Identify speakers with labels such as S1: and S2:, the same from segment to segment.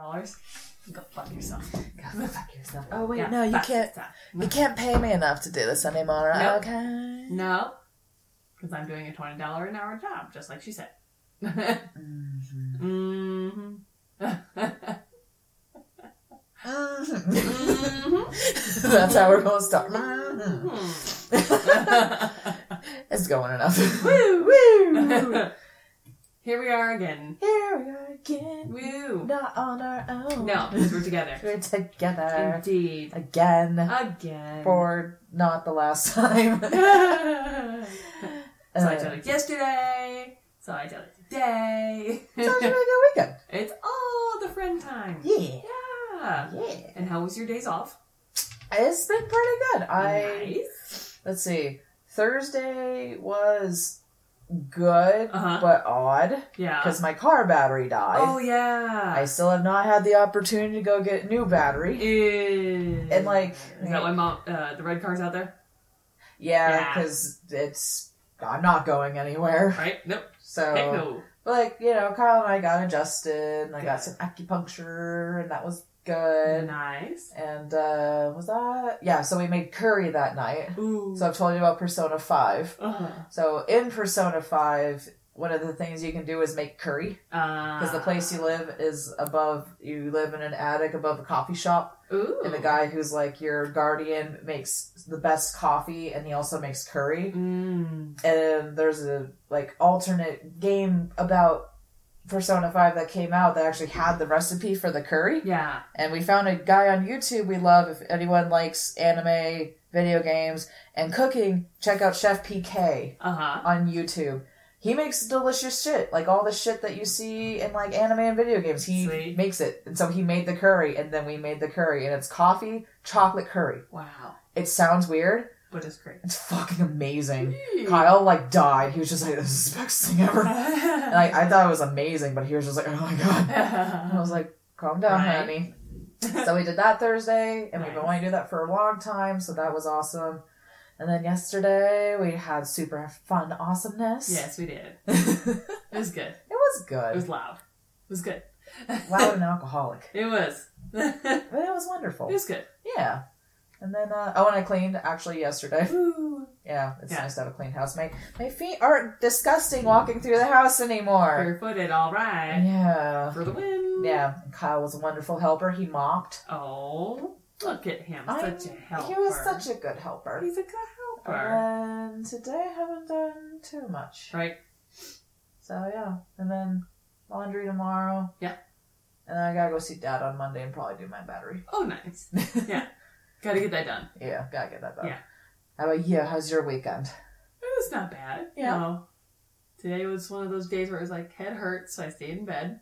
S1: hours. Go fuck yourself.
S2: Go fuck yourself.
S3: Oh wait,
S1: Yeah,
S3: no, you
S1: fuck
S3: can't.
S1: yourself.
S3: You can't pay me enough to do this anymore.
S1: No.
S3: Okay.
S1: No, because I'm doing a twenty dollar an hour job, just like she said.
S3: Mm-hmm.
S1: hmm
S3: Mhm. That's how we're gonna start. Mhm. it's going enough.
S1: Woo,
S3: woo!
S1: Here we are again.
S3: Here we are again.
S1: Woo.
S3: Not on our own.
S1: No, because we're together.
S3: We're together
S1: Indeed.
S3: again
S1: Again.
S3: for not the last time.
S1: So I did
S3: Uh,
S1: it yesterday. So I did it today.
S3: so it's a really good weekend.
S1: it's all the friend time.
S3: Yeah.
S1: Yeah.
S3: Yeah.
S1: And how was your days off?
S3: It's been pretty good. I
S1: nice.
S3: let's see. Thursday was good
S1: Uh-huh.
S3: but odd
S1: Yeah.
S3: because my car battery died.
S1: Oh yeah.
S3: I still have not had the opportunity to go get a new battery.
S1: Ew.
S3: And, like-
S1: is that why mom uh, the red car's out there?
S3: Yeah,
S1: Yeah.
S3: because it's I'm not going anywhere.
S1: Right? Nope.
S3: So
S1: Heck no.
S3: like you know, Kyle and I got adjusted, and I got
S1: Good.
S3: some acupuncture, and that was good.
S1: nice.
S3: And uh, was that yeah? So we made curry that night.
S1: Ooh.
S3: So I've told you about Persona Five.
S1: uh,
S3: So in Persona Five, one of the things you can do is make curry because the
S1: Uh-huh.
S3: place you live is above. You live in an attic above a coffee shop,
S1: Ooh.
S3: and the guy who's like your guardian makes the best coffee, and he also makes curry.
S1: Mm.
S3: and there's a like alternate game about Persona 5 that came out that actually had the recipe for the curry.
S1: Yeah.
S3: And we found a guy on YouTube we love. If anyone likes anime, video games, and cooking, check out Chef PK
S1: Uh huh.
S3: on YouTube. He makes delicious shit, like all the shit that you see in like anime and video games. He
S1: Sweet.
S3: makes it. And so he made the curry, and then we made the curry. And it's coffee, chocolate curry.
S1: Wow.
S3: It sounds weird.
S1: But it's great.
S3: It's fucking amazing. Kyle like died. He was just like, "This is the best thing ever." And I, I thought it was amazing, but he was just like, "Oh my god!" And I was like, "Calm down,
S1: Right.
S3: honey." So we did that Thursday, and we've been
S1: Nice.
S3: wanting to do that for a long time. So that was awesome. And then yesterday we had super fun awesomeness.
S1: yes, we did.
S3: it
S1: It was good.
S3: was
S1: It
S3: good.
S1: was loud. It was good.
S3: Loud and alcoholic,
S1: It was. it
S3: but it was wonderful.
S1: was good.
S3: Yeah. And then uh, oh, and I cleaned actually yesterday.
S1: Woo.
S3: Yeah, it's
S1: Yeah.
S3: nice to have a clean house. My my feet aren't disgusting walking through the house anymore.
S1: Barefooted, all right.
S3: Yeah.
S1: For the win.
S3: Yeah. Kyle was a wonderful helper. He mopped.
S1: Oh, look at him.
S3: I'm-
S1: such a helper.
S3: He was such a good helper. Uh,
S1: He's a good helper.
S3: And today I haven't done too much.
S1: right?
S3: So yeah. And then laundry tomorrow.
S1: Yeah.
S3: And then I gotta go see dad on Monday and probably do my battery.
S1: Oh, nice. Yeah. Gotta get that done.
S3: Yeah, gotta get that done.
S1: Yeah.
S3: How about you? How's your weekend?
S1: It was not bad.
S3: Yeah.
S1: No. Today was one of those days where it was like head hurts, so I stayed in bed.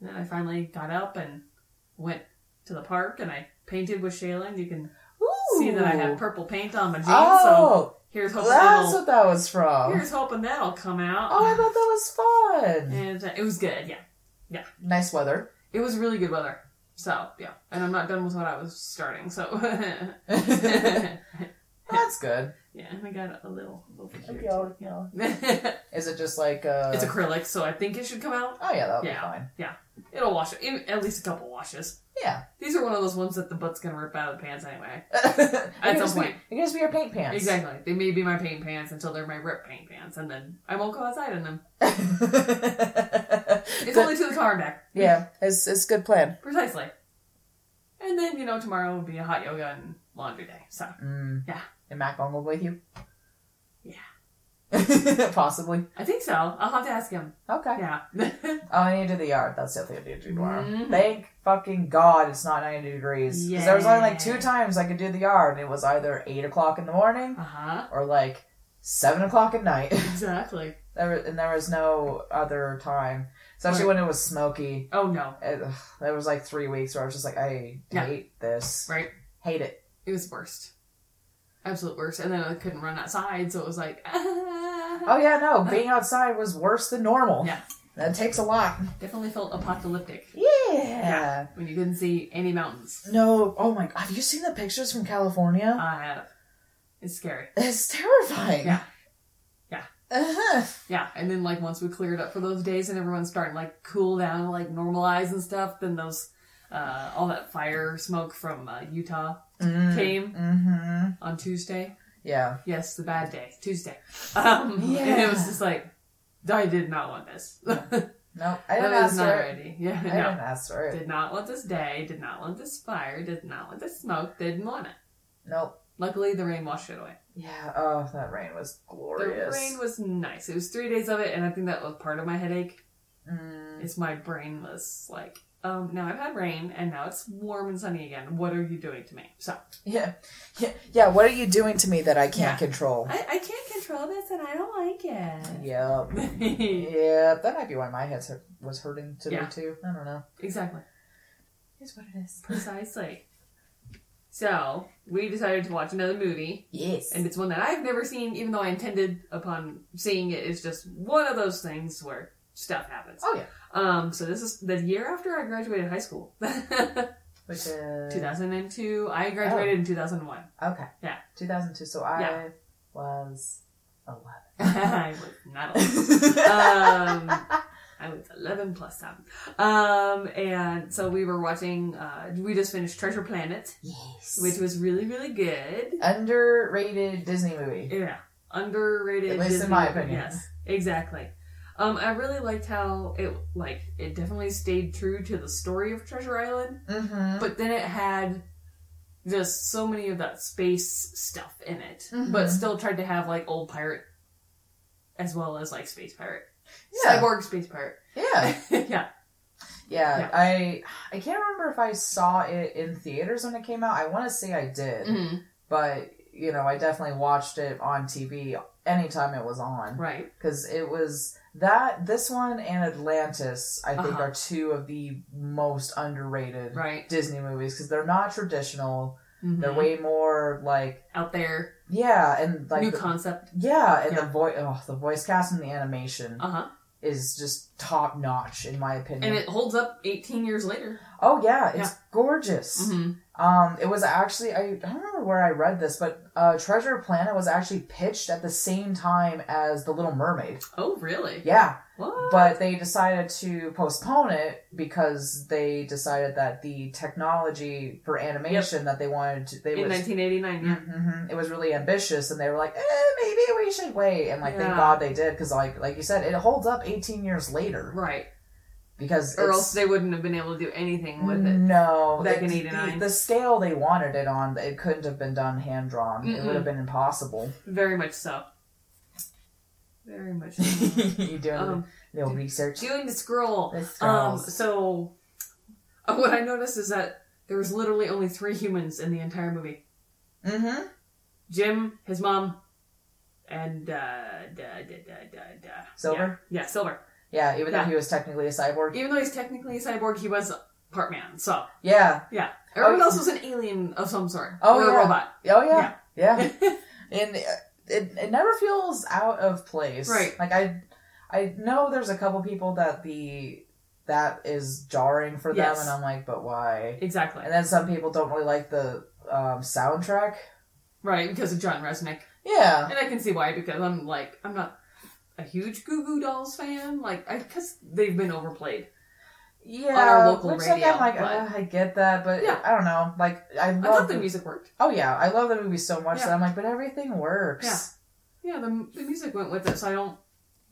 S1: And then I finally got up and went to the park and I painted with Shayla. And you can see that I have purple paint on my jeans.
S3: Oh,
S1: so here's hoping
S3: that's
S1: that'll,
S3: what that was from.
S1: here's hoping that'll come out.
S3: Oh, I thought that was fun.
S1: and uh, it was good, yeah.
S3: Nice weather.
S1: It was really good weather. So, yeah. And I'm not done with what I was starting, so.
S3: That's good.
S1: yeah, and I got a little over here.
S3: Okay,
S1: too.
S3: I'll-
S1: Yeah.
S3: Is it just like uh?
S1: it's acrylic, so I think it should come out.
S3: Oh yeah, that'll be
S1: Yeah.
S3: fine.
S1: It'll wash it, in- at least a couple washes.
S3: Yeah.
S1: These are one of those ones that the butt's gonna rip out of the pants anyway.
S3: At
S1: some point.
S3: Be, it can just be your paint pants.
S1: Exactly. They may be my paint pants until they're my rip paint pants, and then I won't go outside in them. It's
S3: But-
S1: only to the car and back.
S3: yeah, it's it's a good plan.
S1: Precisely. And then, you know, tomorrow will be a hot yoga and laundry day, so.
S3: Mm.
S1: Yeah.
S3: And Matt going with you?
S1: Yeah.
S3: Yeah. Possibly.
S1: I think so. I'll have to ask him.
S3: Okay.
S1: Yeah.
S3: Oh, I need to do the yard. That's the other thing I need to do tomorrow.
S1: Mhm.
S3: Thank fucking God it's not 90 degrees. Because there was only like two
S1: Yay.
S3: times I could do the yard, and it was either 8 o'clock in the morning
S1: uh huh.
S3: or like 7 o'clock at night.
S1: Exactly.
S3: There was, and there was no other time, especially when it was smoky.
S1: Oh no.
S3: It, ugh, there was like three weeks where I was just like, I
S1: Yeah.
S3: hate this,
S1: Right?
S3: hate it.
S1: It was worst. Absolute worst. And then I couldn't run outside, so it was like, ah.
S3: Oh yeah, no, being outside was worse than normal.
S1: Yeah.
S3: that takes a lot.
S1: Definitely felt apocalyptic
S3: Yeah.
S1: when you couldn't see any mountains.
S3: No, oh my! Have you seen the pictures from California?
S1: I have. Uh, It's scary.
S3: It's terrifying.
S1: Yeah. Yeah.
S3: Uh-huh.
S1: Yeah. And then, like, once we cleared up for those days and everyone's starting, like, cool down, like, normalize and stuff, then those uh, all that fire smoke from uh, Utah
S3: Mm,
S1: came
S3: hmm
S1: on Tuesday.
S3: Yeah.
S1: Yes, the bad day, Tuesday. Um, And it was just like, I did not want this. that
S3: No, I didn't
S1: was
S3: ask
S1: not
S3: for it.
S1: ready. Yeah,
S3: I
S1: no.
S3: didn't ask for it.
S1: Did not want this day. Did not want this fire. Did not want this smoke. Didn't want it.
S3: Nope.
S1: Luckily, the rain washed it away.
S3: Yeah. Oh, that rain was glorious.
S1: The rain was nice. It was three days of it, and I think that was part of my headache.
S3: Mm,
S1: Is my brain was like, um, now I've had rain, and now it's warm and sunny again. What are you doing to me? So
S3: yeah. Yeah. Yeah. What are you doing to me that I
S1: Yeah.
S3: can't control?
S1: I, I can't control this, and I don't like it.
S3: Yep. Yeah, that might be why my head hurt- was hurting today
S1: Mm. Yeah.
S3: too. I don't know.
S1: exactly.
S3: It's what it is.
S1: Precisely. So we decided to watch another movie.
S3: Yes.
S1: and it's one that I've never seen, even though I intended upon seeing it. It's just one of those things where stuff happens.
S3: oh yeah.
S1: Um, so this is the year after I graduated high school,
S3: Which is
S1: 2002. I graduated in 2001.
S3: okay.
S1: Yeah.
S3: 2002. So I
S1: Yeah.
S3: was 11.
S1: I was not old. Um, I was 11 plus seven. Um, and so we were watching. Uh, we just finished Treasure Planet,
S3: yes.
S1: which was really really good.
S3: underrated Disney movie.
S1: Yeah, underrated.
S3: At least in
S1: Disney
S3: my
S1: movie.
S3: opinion.
S1: Yes, exactly. Um, I really liked how it like it definitely stayed true to the story of Treasure Island,
S3: Mm-hmm.
S1: but then it had just so many of that space stuff in it,
S3: Mhm.
S1: but still tried to have like old pirate as well as like space pirate,
S3: Yeah.
S1: cyborg space pirate.
S3: Yeah.
S1: yeah,
S3: yeah,
S1: Yeah.
S3: I I can't remember if I saw it in theaters when it came out. I want to say I did,
S1: Mhm.
S3: but you know, I definitely watched it on TV anytime it was on.
S1: right.
S3: because it was that this one and Atlantis I think
S1: Uh-huh.
S3: are two of the most underrated
S1: Right.
S3: Disney movies because they're not traditional. They're
S1: Mhm.
S3: way more like
S1: out there.
S3: yeah, and like
S1: New
S3: the-
S1: concept.
S3: yeah, and the
S1: Yeah.
S3: voice oh the voice cast and the animation
S1: Uh huh.
S3: is just top notch in my opinion.
S1: And it holds up 18 years later.
S3: oh yeah, it's gorgeous.
S1: hmm
S3: Um, it was actually I, I don't remember where I read this, but uh, Treasure Planet was actually pitched at the same time as The Little Mermaid.
S1: Oh, really?
S3: Yeah,
S1: What?
S3: but they decided to postpone it because they decided that the technology for animation that they wanted to, they
S1: in
S3: was
S1: 1989, yeah.
S3: Mhm, it was really ambitious and they were like eh, maybe we should wait and like thank
S1: Yeah.
S3: god they did because like like you said it holds up 18 years later
S1: Right.
S3: because
S1: Or
S3: it's-
S1: else they wouldn't have been able to do anything with
S3: Mm.
S1: it.
S3: no
S1: Back in
S3: it's-
S1: 89.
S3: the, the scale they wanted it on it couldn't have been done hand drawn it
S1: Mm-mm.
S3: would have been impossible
S1: Very much so. Very much so.
S3: you doing
S1: um,
S3: no research
S1: doing the scroll.
S3: The
S1: Um,
S3: scrolls.
S1: so, uh, what I noticed is that there was literally only three humans in the entire movie
S3: mm-hmm
S1: Jim, his mom, and, uh, da, da, da, da, da.
S3: Silver?
S1: Yeah, yeah, Silver.
S3: yeah even
S1: Yeah.
S3: though he was technically a cyborg
S1: Even though he's technically a cyborg, he was part man, so.
S3: yeah
S1: Yeah. Everyone
S3: Oh,
S1: else was an alien of some sort.
S3: Oh,
S1: or a
S3: yeah.
S1: robot.
S3: Oh yeah, yeah. and uh, it it never feels out of place,
S1: Right.
S3: Like I, I know there's a couple people that the that is jarring for them,
S1: Yes.
S3: and I'm like, but why?
S1: Exactly.
S3: And then some people don't really like the um, soundtrack.
S1: Right, because of John Resnick.
S3: Yeah,
S1: And I can see why, because I'm like, I'm not a huge Goo Goo Dolls fan. Like, I because they've been overplayed.
S3: yeah.
S1: our local
S3: which, like,
S1: radio,
S3: I'm like,
S1: but-
S3: "Ah, I get that, but
S1: Yeah.
S3: I don't know. Like, I
S1: I
S3: love.
S1: thought the
S3: the-
S1: music worked.
S3: oh yeah, I love the movie so much
S1: Yeah.
S3: that I'm like, but everything works.
S1: Yeah. Yeah, the, the music went with it, so I don't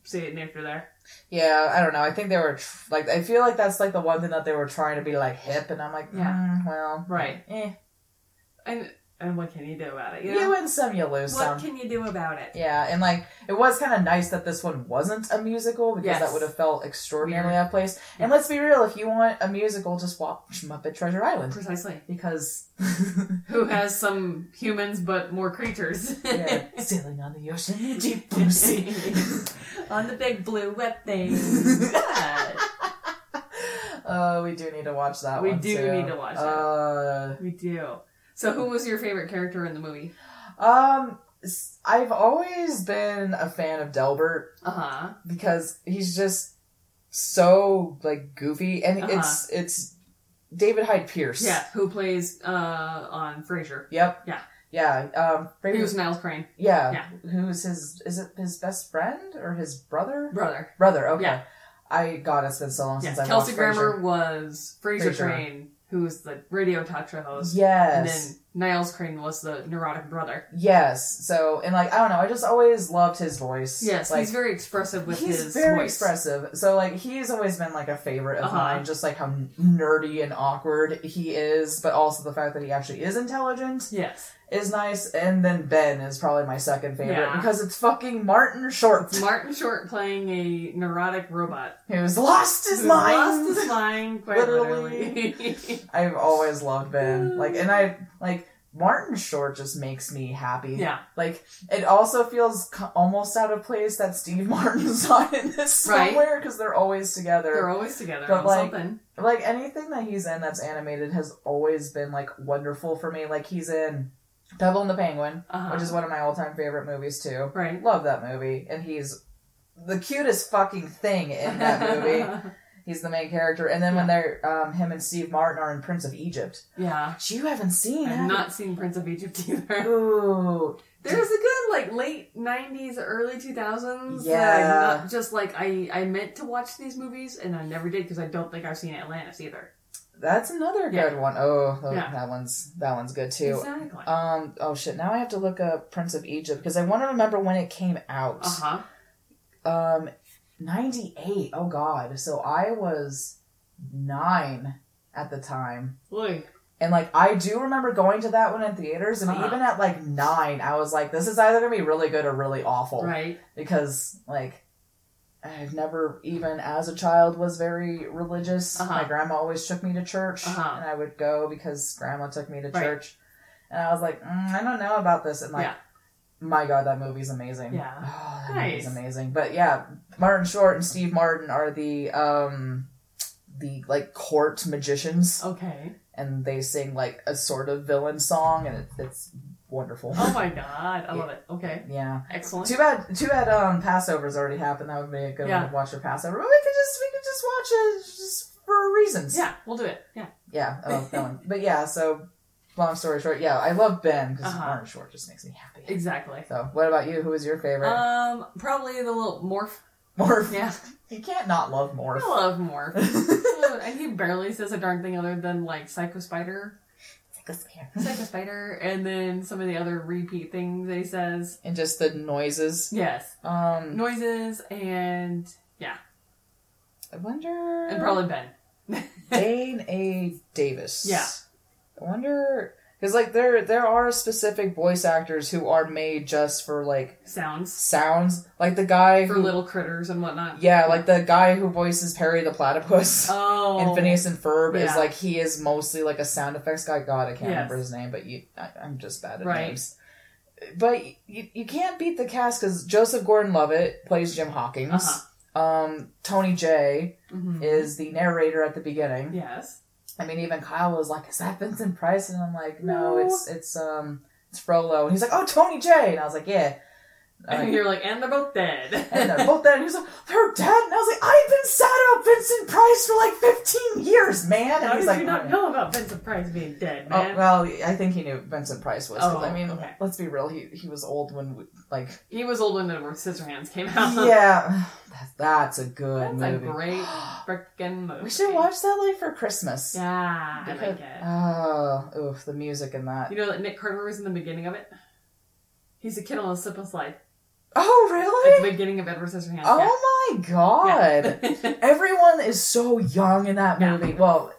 S1: see it named for there.
S3: Yeah, I don't know. I think they were tr- like, I feel like that's like the one thing that they were trying to be like hip, and I'm like,
S1: Yeah.
S3: mm, well,
S1: Right.
S3: eh.
S1: And and what can you do about it? You
S3: You,
S1: know?
S3: win some, you lose
S1: What
S3: some.
S1: can you do about it?
S3: yeah, and like it was kind of nice that this one wasn't a musical because
S1: Yes.
S3: that would have felt extraordinarily
S1: Weird.
S3: out of place. And let's be real, if you want a musical, just watch Muppet Treasure Island
S1: Precisely.
S3: because
S1: Who has some humans but more creatures?
S3: yeah, sailing on the ocean, in the deep blue sea.
S1: On the big blue wet thing.
S3: Uh, we do need to watch that
S1: We
S3: one.
S1: do
S3: too.
S1: need to watch that.
S3: Uh,
S1: we do. So, who was your favorite character in the movie?
S3: um, s- I've always been a fan of Delbert.
S1: Uh
S3: Uh-huh.
S1: huh.
S3: because he's just so like goofy and
S1: Uh-huh.
S3: it's it's David Hyde Pierce.
S1: Yeah, who plays uh, on Frasier?
S3: Yep.
S1: Yeah.
S3: Yeah. Um
S1: He
S3: Brady-
S1: was Niles Crane,
S3: yeah.
S1: yeah.
S3: Who's his is it his best friend or his brother?
S1: brother.
S3: Brother, okay.
S1: Yeah.
S3: I god, it's been so long
S1: Yes,
S3: since I
S1: Kelsey
S3: watched Frasier.
S1: Grammer was Frasier
S3: Frasier.
S1: Crane who was the radio talk show host. And then
S3: Yes.
S1: Niles Crane was the neurotic brother.
S3: yes. So and like I don't know, I just always loved his voice.
S1: Yes,
S3: Like,
S1: he's very expressive with
S3: he's
S1: his
S3: very
S1: voice.
S3: expressive. So like he's always been like a favorite of
S1: Uh-huh.
S3: mine, just like how nerdy and awkward he is, but also the fact that he actually is intelligent
S1: Yes.
S3: is nice. And then Ben is probably my second favorite
S1: Yeah.
S3: because it's fucking Martin Short
S1: It's Martin Short playing a neurotic robot.
S3: who's lost his
S1: who
S3: mind.
S1: Lost his mind, quite
S3: Literally.
S1: literally.
S3: I've always loved Ben. Like and I like Martin Short just makes me happy.
S1: yeah,
S3: Like it also feels co- almost out of place that Steve Martin's not in this
S1: Right.
S3: somewhere because they're always together.
S1: they're always together
S3: But,
S1: on
S3: like,
S1: something.
S3: like anything that he's in that's animated has always been like wonderful for me. Like he's in Devil and the Penguin,
S1: Uh-huh.
S3: which is one of my all-time favorite movies too.
S1: right.
S3: Love that movie, and he's the cutest fucking thing in that movie. he's the main character, and then when they're um, him and Steve Martin are in Prince of Egypt,
S1: yeah.
S3: which you haven't seen. have
S1: I've
S3: you?
S1: not seen Prince of Egypt either.
S3: Ooh,
S1: There's a good like late '90s, early 2000s. that
S3: Yeah.
S1: I'm not just like I I meant to watch these movies and I never did because I don't think I've seen Atlantis either.
S3: that's another good one. Oh, tho-
S1: Yeah.
S3: that one's that one's good too.
S1: Exactly. Uh
S3: Um. Oh shit. Now I have to look up Prince of Egypt because I want to remember when it came out.
S1: huh.
S3: Um, ninety eight. Oh god. So I was nine at the time,
S1: Like
S3: and like I do remember going to that one in theaters, and
S1: Uh-huh.
S3: even at like nine, I was like, this is either gonna be really good or really awful
S1: right.
S3: because like. I've never, even as a child, was very religious.
S1: Uh-huh.
S3: My grandma always took me to church,
S1: Uh-huh.
S3: and I would go because grandma took me to
S1: Right.
S3: church. And I was like, mm, I don't know about this. And like,
S1: Yeah.
S3: my god, that movie's amazing.
S1: Yeah.
S3: oh, that movie's
S1: Nice.
S3: amazing. But yeah, Martin Short and Steve Martin are the um, the like court magicians,
S1: Okay.
S3: and they sing like a sort of villain song, and it, it's wonderful.
S1: Oh my god, I love it. Okay.
S3: yeah.
S1: Excellent.
S3: Too bad. Too bad. Um, Passover's already happened. That would be a good
S1: Yeah.
S3: one to watch for Passover. But we could just we could just watch it just for reasons.
S1: Yeah, we'll do it. Yeah.
S3: Yeah. Oh, that one. But yeah. So, long story short, yeah, I love Ben because
S1: Uh-huh.
S3: Martin Short just makes me happy.
S1: Exactly.
S3: So, what about you? Who is your favorite?
S1: Um, probably the little morph.
S3: Morph.
S1: Yeah,
S3: You can't not love Morph.
S1: I love morph. Uh, and he barely says a darn thing other than like Psycho Spider, Psycho Spider, and then some of the other repeat things that he says.
S3: and just the noises.
S1: Yes,
S3: Um,
S1: noises and
S3: I wonder.
S1: and probably Ben.
S3: Dane A. Davis.
S1: Yeah.
S3: I wonder because like there there are specific voice actors who are made just for like
S1: Sounds
S3: sounds like the guy
S1: for
S3: who,
S1: little critters and whatnot.
S3: yeah like the guy who voices Perry the platypus
S1: Oh,
S3: and Phineas and Ferb is
S1: Yeah.
S3: like he is mostly like a sound effects guy. God, I can't
S1: Yes.
S3: remember his name, but you, I, I'm just bad at
S1: Right.
S3: names. But you, you can't beat the cast because Joseph Gordon-Levitt plays Jim Hawkins.
S1: Uh-huh.
S3: Um, Tony J
S1: Mhm.
S3: is the narrator at the beginning.
S1: yes,
S3: I mean, even Kyle was like, "Is that Vincent Price?" And I'm like, "No, it's it's um it's Frollo." And he's like, "Oh, Tony J." And I was like, "Yeah." Uh, I'm
S1: and
S3: like,
S1: you're like, and they're both dead.
S3: and they're both dead. And he was like, "They're dead." And I was like, "I've been sad about Vincent Price for like 15 years, man." And
S1: How
S3: he's
S1: did
S3: like,
S1: you not
S3: "Oh."
S1: know about Vincent Price being dead,
S3: Oh,
S1: man?
S3: well, I think he knew Vincent Price was. 'cause,
S1: Oh,
S3: I mean,
S1: okay.
S3: let's be real. He he was old when we, like
S1: he was old when the Scissor Hands came out.
S3: yeah, that's, that's a
S1: Uh-huh. that's
S3: good
S1: a
S3: movie.
S1: great freaking movie.
S3: we should watch that like for Christmas.
S1: Yeah, I
S3: Because-
S1: like it.
S3: Oh, oof, the music in that.
S1: You know that Nick Carter was in the beginning of it? He's a kid on a slip and slide.
S3: Oh,
S1: At the
S3: really?
S1: beginning of Edward Scissorhands.
S3: Oh my
S1: yeah.
S3: god.
S1: Yeah.
S3: Everyone is so young in that
S1: Yeah.
S3: movie. Well,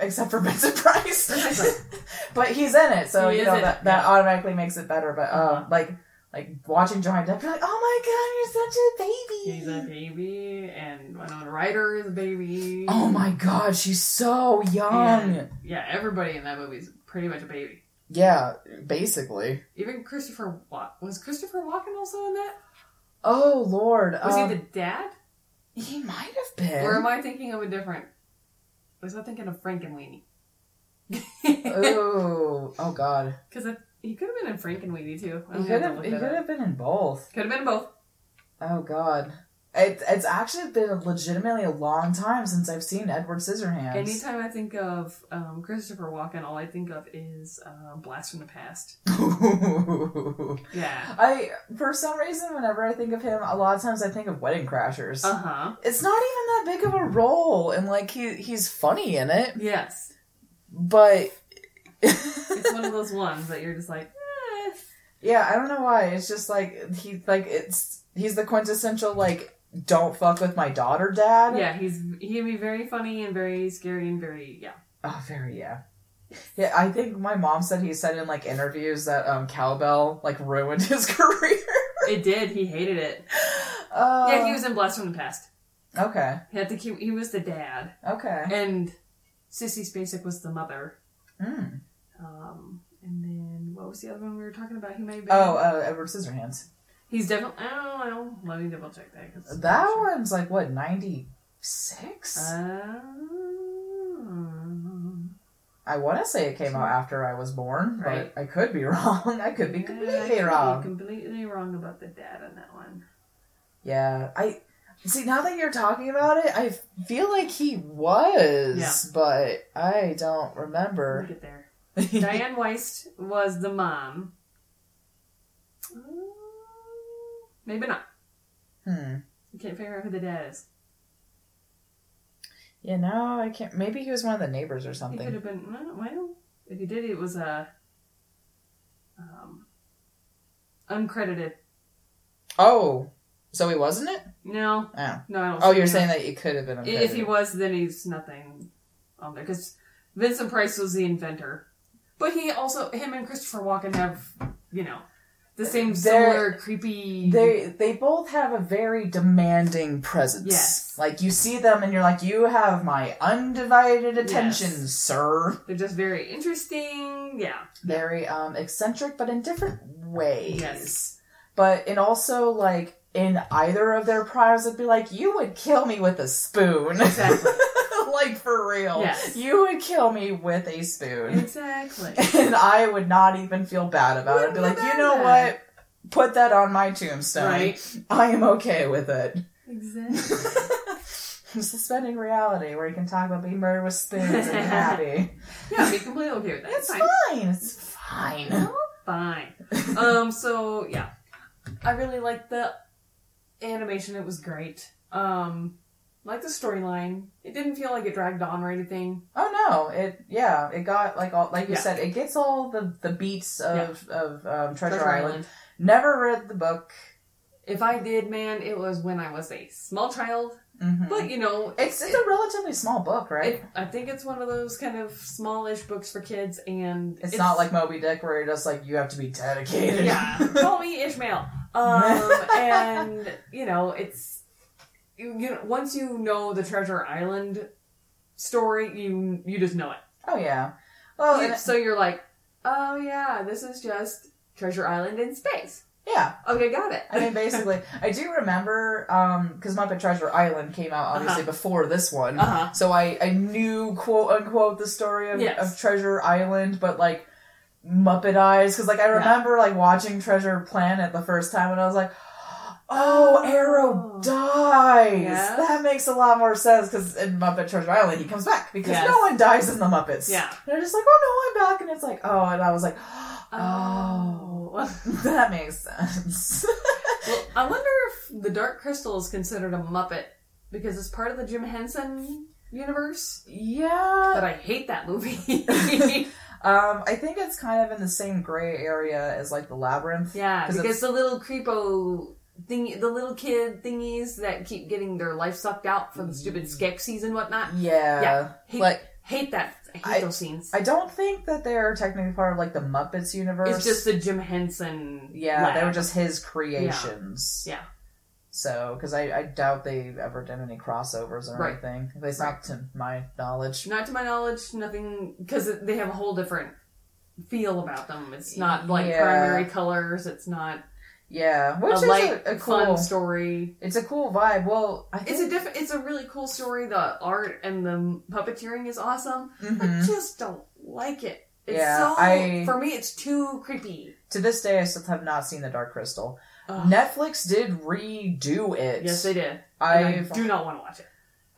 S3: except for Vincent
S1: Exactly.
S3: Price. but he's in it, so
S1: He
S3: you
S1: is
S3: know
S1: in
S3: that,
S1: it,
S3: that
S1: yeah.
S3: automatically makes it better. But uh,
S1: Uh-huh.
S3: like like watching Johnny Depp, you're like, oh my god, you're
S1: He's
S3: such
S1: a
S3: a baby.
S1: baby, and Winona Ryder is a baby.
S3: Oh my god, she's so young.
S1: And, yeah, everybody in that movie is pretty much a baby.
S3: yeah, basically.
S1: Even Christopher Walken. Was Christopher Walken also in that?
S3: Oh lord,
S1: Was
S3: um,
S1: he the dad?
S3: he, might have been.
S1: Or am I thinking of a different? Was I thinking of Frank and Weenie?
S3: oh, oh god,
S1: Because he could have been in Frank and Weenie too. I don't
S3: he could
S1: know,
S3: have
S1: look
S3: he
S1: that
S3: could
S1: up.
S3: have been in both.
S1: Could have been both.
S3: Oh god. It, it's actually been legitimately a long time since I've seen Edward Scissorhands.
S1: Anytime I think of um, Christopher Walken, all I think of is uh, Blast from the Past. Yeah.
S3: I for some reason whenever I think of him, a lot of times I think of Wedding Crashers.
S1: Uh huh.
S3: it's not even that big of a role, and like he he's funny in it.
S1: Yes.
S3: But
S1: It's one of those ones that you're just like, eh.
S3: yeah, I don't know why. It's just like he like it's he's the quintessential like don't fuck with my daughter, dad.
S1: yeah, he's he can be very funny and very scary and very yeah.
S3: Oh, very yeah. Yeah, I think my mom said he said in like interviews that um Cowbell like ruined his career.
S1: It did. He hated it.
S3: Uh,
S1: yeah, he was in Blast from the Past.
S3: okay.
S1: He had to keep. He was the dad,
S3: Okay.
S1: and Sissy Spacek was the mother.
S3: Mm.
S1: Um, and then what was the other one we were talking about? He may have been.
S3: Oh, uh, Edward Scissorhands.
S1: he's definitely. Oh, I don't. Let me double check that. 'cause-
S3: That one's like what ninety six.
S1: Uh, Ah. Um,
S3: I want to say it came out after I was born, but
S1: Right.
S3: I could be wrong. I could be
S1: yeah, I
S3: completely
S1: could be
S3: wrong.
S1: Completely wrong about the dad on that one.
S3: Yeah, I see. Now that you're talking about it, I feel like he was,
S1: Yeah.
S3: but I don't
S1: We'll
S3: remember.
S1: get there. Diane Weist was the mom. Um, Maybe not.
S3: hmm.
S1: You can't figure out who the dad is.
S3: Yeah, no, I can't. Maybe he was one of the neighbors or
S1: He could
S3: something.
S1: have been. Well, well, if he did, it was a um, uncredited.
S3: Oh, so he wasn't it?
S1: No,
S3: Oh,
S1: no, I don't.
S3: oh,
S1: see
S3: you're
S1: him.
S3: saying that it could have been.
S1: I-
S3: A
S1: if he was, then he's nothing on there because Vincent Price was the inventor, but he also him and Christopher Walken have you know the same similar
S3: They're-
S1: creepy.
S3: They they both have a very demanding presence.
S1: Yes.
S3: Like you see them and you're like, you have my undivided attention,
S1: Yes.
S3: sir.
S1: They're just very interesting. Yeah,
S3: Very um eccentric, but in different ways.
S1: Yes.
S3: But and also like in either of their priors, it'd be like you would kill me with a spoon.
S1: exactly,
S3: like for real,
S1: Yes.
S3: you would kill me with a spoon,
S1: exactly.
S3: and I would not even feel bad about it.
S1: Wouldn't
S3: Be
S1: feel
S3: like,
S1: bad
S3: you know
S1: about
S3: what? Put that on my tombstone.
S1: Right,
S3: I am okay with it.
S1: exactly.
S3: Suspending reality, where you can talk about being murdered with spoons and be happy.
S1: Yeah, be completely okay with that.
S3: It's
S1: It's fine.
S3: fine. It's fine.
S1: fine. um, so yeah, I really liked the animation. It was great. Um, like the storyline. It didn't feel like it dragged on or anything.
S3: Oh no! It yeah. It got like all like you
S1: Yeah.
S3: said. It gets all the the beats of of um, Treasure,
S1: Treasure
S3: Island. Never read the book.
S1: If I did, man, it was when I was a small child.
S3: Mhm.
S1: But you know,
S3: it's it's
S1: it-
S3: a relatively small book, right?
S1: it- I think it's one of those kind of smallish books for kids, and
S3: it's, not like Moby Dick where you're just like you have to be dedicated.
S1: yeah, call me Ishmael. Um, and you know, it's you, you know, once you know the Treasure Island story, you you just know it.
S3: oh yeah. Well,
S1: You-
S3: and it-
S1: so you're like, oh yeah, this is just Treasure Island in space.
S3: yeah.
S1: Okay, got it.
S3: I mean, basically, I do remember because Muppet Treasure Island came out obviously
S1: Uh-huh.
S3: before this one,
S1: Uh-huh.
S3: so I I knew quote unquote the story of,
S1: Yes.
S3: of Treasure Island, but like Muppet Eyes, because like I
S1: Yeah.
S3: remember like watching Treasure Planet the first time, and I was like. Oh, Arrow
S1: Oh.
S3: dies.
S1: Yeah.
S3: That makes a lot more sense because in Muppet Treasure Island he comes back because
S1: Yes.
S3: no one dies in the Muppets.
S1: yeah.
S3: they're just like, oh no, I'm back, and it's like, oh, and I was like, oh, that makes sense.
S1: well, I wonder if the Dark Crystal is considered a Muppet because it's part of the Jim Henson universe.
S3: yeah,
S1: But I hate that movie.
S3: Um, I think it's kind of in the same gray area as like the labyrinth.
S1: yeah,
S3: 'Cause
S1: because
S3: it's-
S1: the little creepo thing, the little kid thingies that keep getting their life sucked out from the stupid Skeksis and whatnot.
S3: Yeah.
S1: Yeah. Hate,
S3: Mm-hmm. Like
S1: hate that. I hate
S3: I-
S1: those scenes.
S3: I don't think that they're technically part of like the Muppets universe.
S1: it's just the Jim Henson.
S3: yeah,
S1: lab.
S3: they were just his creations.
S1: Yeah.
S3: So, because I, I doubt they ever did any crossovers or
S1: Right.
S3: anything, at least not to my knowledge.
S1: Not to my knowledge, nothing because they have a whole different feel about them. It's not like
S3: Yeah.
S1: primary colors. It's not
S3: Yeah, which
S1: a
S3: is
S1: light,
S3: a, a
S1: fun
S3: cool.
S1: story.
S3: It's a cool vibe. Well, I think,
S1: It's a diff- It's a really cool story. The art and the puppeteering is awesome. I
S3: Mhm.
S1: just don't like it. It's
S3: Yeah,
S1: so
S3: I-
S1: for me, it's too creepy.
S3: To this day, I still have not seen the Dark Crystal.
S1: Ugh.
S3: Netflix did redo it.
S1: yes, they did. And I
S3: I've
S1: do not want to watch it.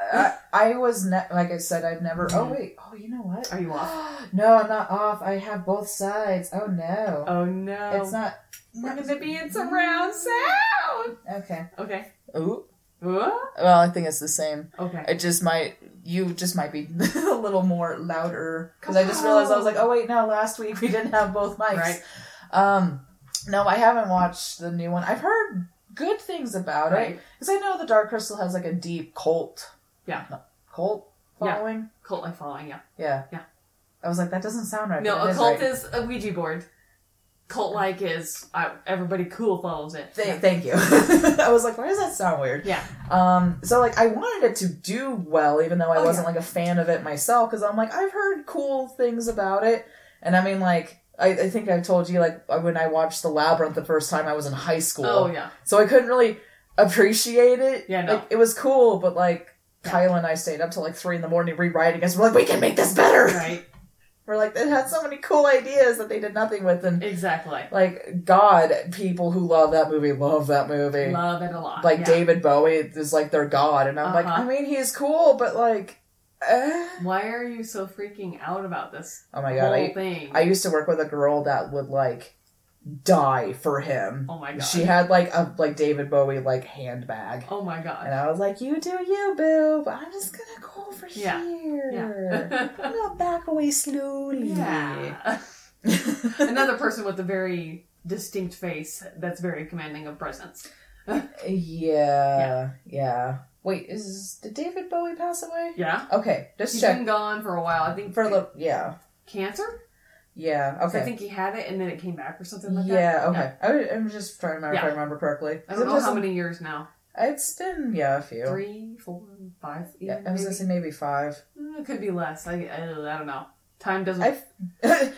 S3: I, I was ne- like I said, I've never. Oh wait. Oh, you know what?
S1: Are you off?
S3: no, I'm not off. I have both sides. Oh no,
S1: Oh no!
S3: it's not.
S1: We're gonna be in surround sound.
S3: Okay.
S1: Okay.
S3: Ooh.
S1: What?
S3: Well, I think it's the same.
S1: Okay.
S3: It just might you just might be a little more louder because I just realized I was like, oh wait, no, last week we didn't have both mics.
S1: Right.
S3: Um, no, I haven't watched the new one. I've heard good things about it
S1: Right.
S3: because I know the Dark Crystal has like a deep cult.
S1: Yeah.
S3: Cult
S1: Yeah.
S3: following.
S1: Cult like following, yeah.
S3: Yeah.
S1: Yeah.
S3: I was like, that doesn't sound right.
S1: No,
S3: but it
S1: a
S3: is
S1: cult
S3: right.
S1: is a Ouija board. Cult like is uh, everybody cool follows it.
S3: Th- thank you. I was like, why does that sound weird?
S1: Yeah.
S3: Um, so like I wanted it to do well, even though I
S1: Oh,
S3: wasn't like a fan of it myself, because I'm like I've heard cool things about it, and I mean like I, I think I told you like uh, when I watched The Labyrinth the first time I was in high school,
S1: Oh yeah.
S3: so I couldn't really appreciate it.
S1: Yeah, no.
S3: like, it was cool, but like
S1: Yeah.
S3: Kyle and I stayed up till like three in the morning rewriting us. We're like, we can make this better.
S1: Right.
S3: We're like, they had so many cool ideas that they did nothing with, and
S1: Exactly.
S3: like God, people who love that movie love that movie
S1: Love it a lot.
S3: like
S1: yeah.
S3: David Bowie is like their god, and I'm like,
S1: Uh-huh.
S3: I mean, he's cool, but like, eh.
S1: Why are you so freaking out about this
S3: oh my god,
S1: whole
S3: I,
S1: thing?
S3: I used to work with a girl that would like die for him.
S1: oh my god.
S3: She had like a like David Bowie like handbag,
S1: oh my
S3: and
S1: god.
S3: I was like, you do you, boo, but I'm just gonna go over
S1: Yeah.
S3: here.
S1: Yeah.
S3: I'm gonna back away slowly.
S1: yeah. Another person with a very distinct face that's very commanding of presence.
S3: yeah, yeah, Wait, is did David Bowie pass away?
S1: Yeah.
S3: Okay, just
S1: He's
S3: check
S1: been gone for a while. I think
S3: for a little. Yeah,
S1: cancer.
S3: yeah.
S1: 'Cause
S3: Okay.
S1: I think he had it and then it came back or something like that.
S3: yeah, okay. I was, I'm just trying to remember if I
S1: Yeah.
S3: remember correctly.
S1: I don't know how many years now.
S3: It's been, yeah, a few.
S1: Three, four, five. Even,
S3: yeah, I
S1: maybe?
S3: was going to say maybe five.
S1: Mm, It could be less. I, I, I don't know. Time doesn't.
S3: I-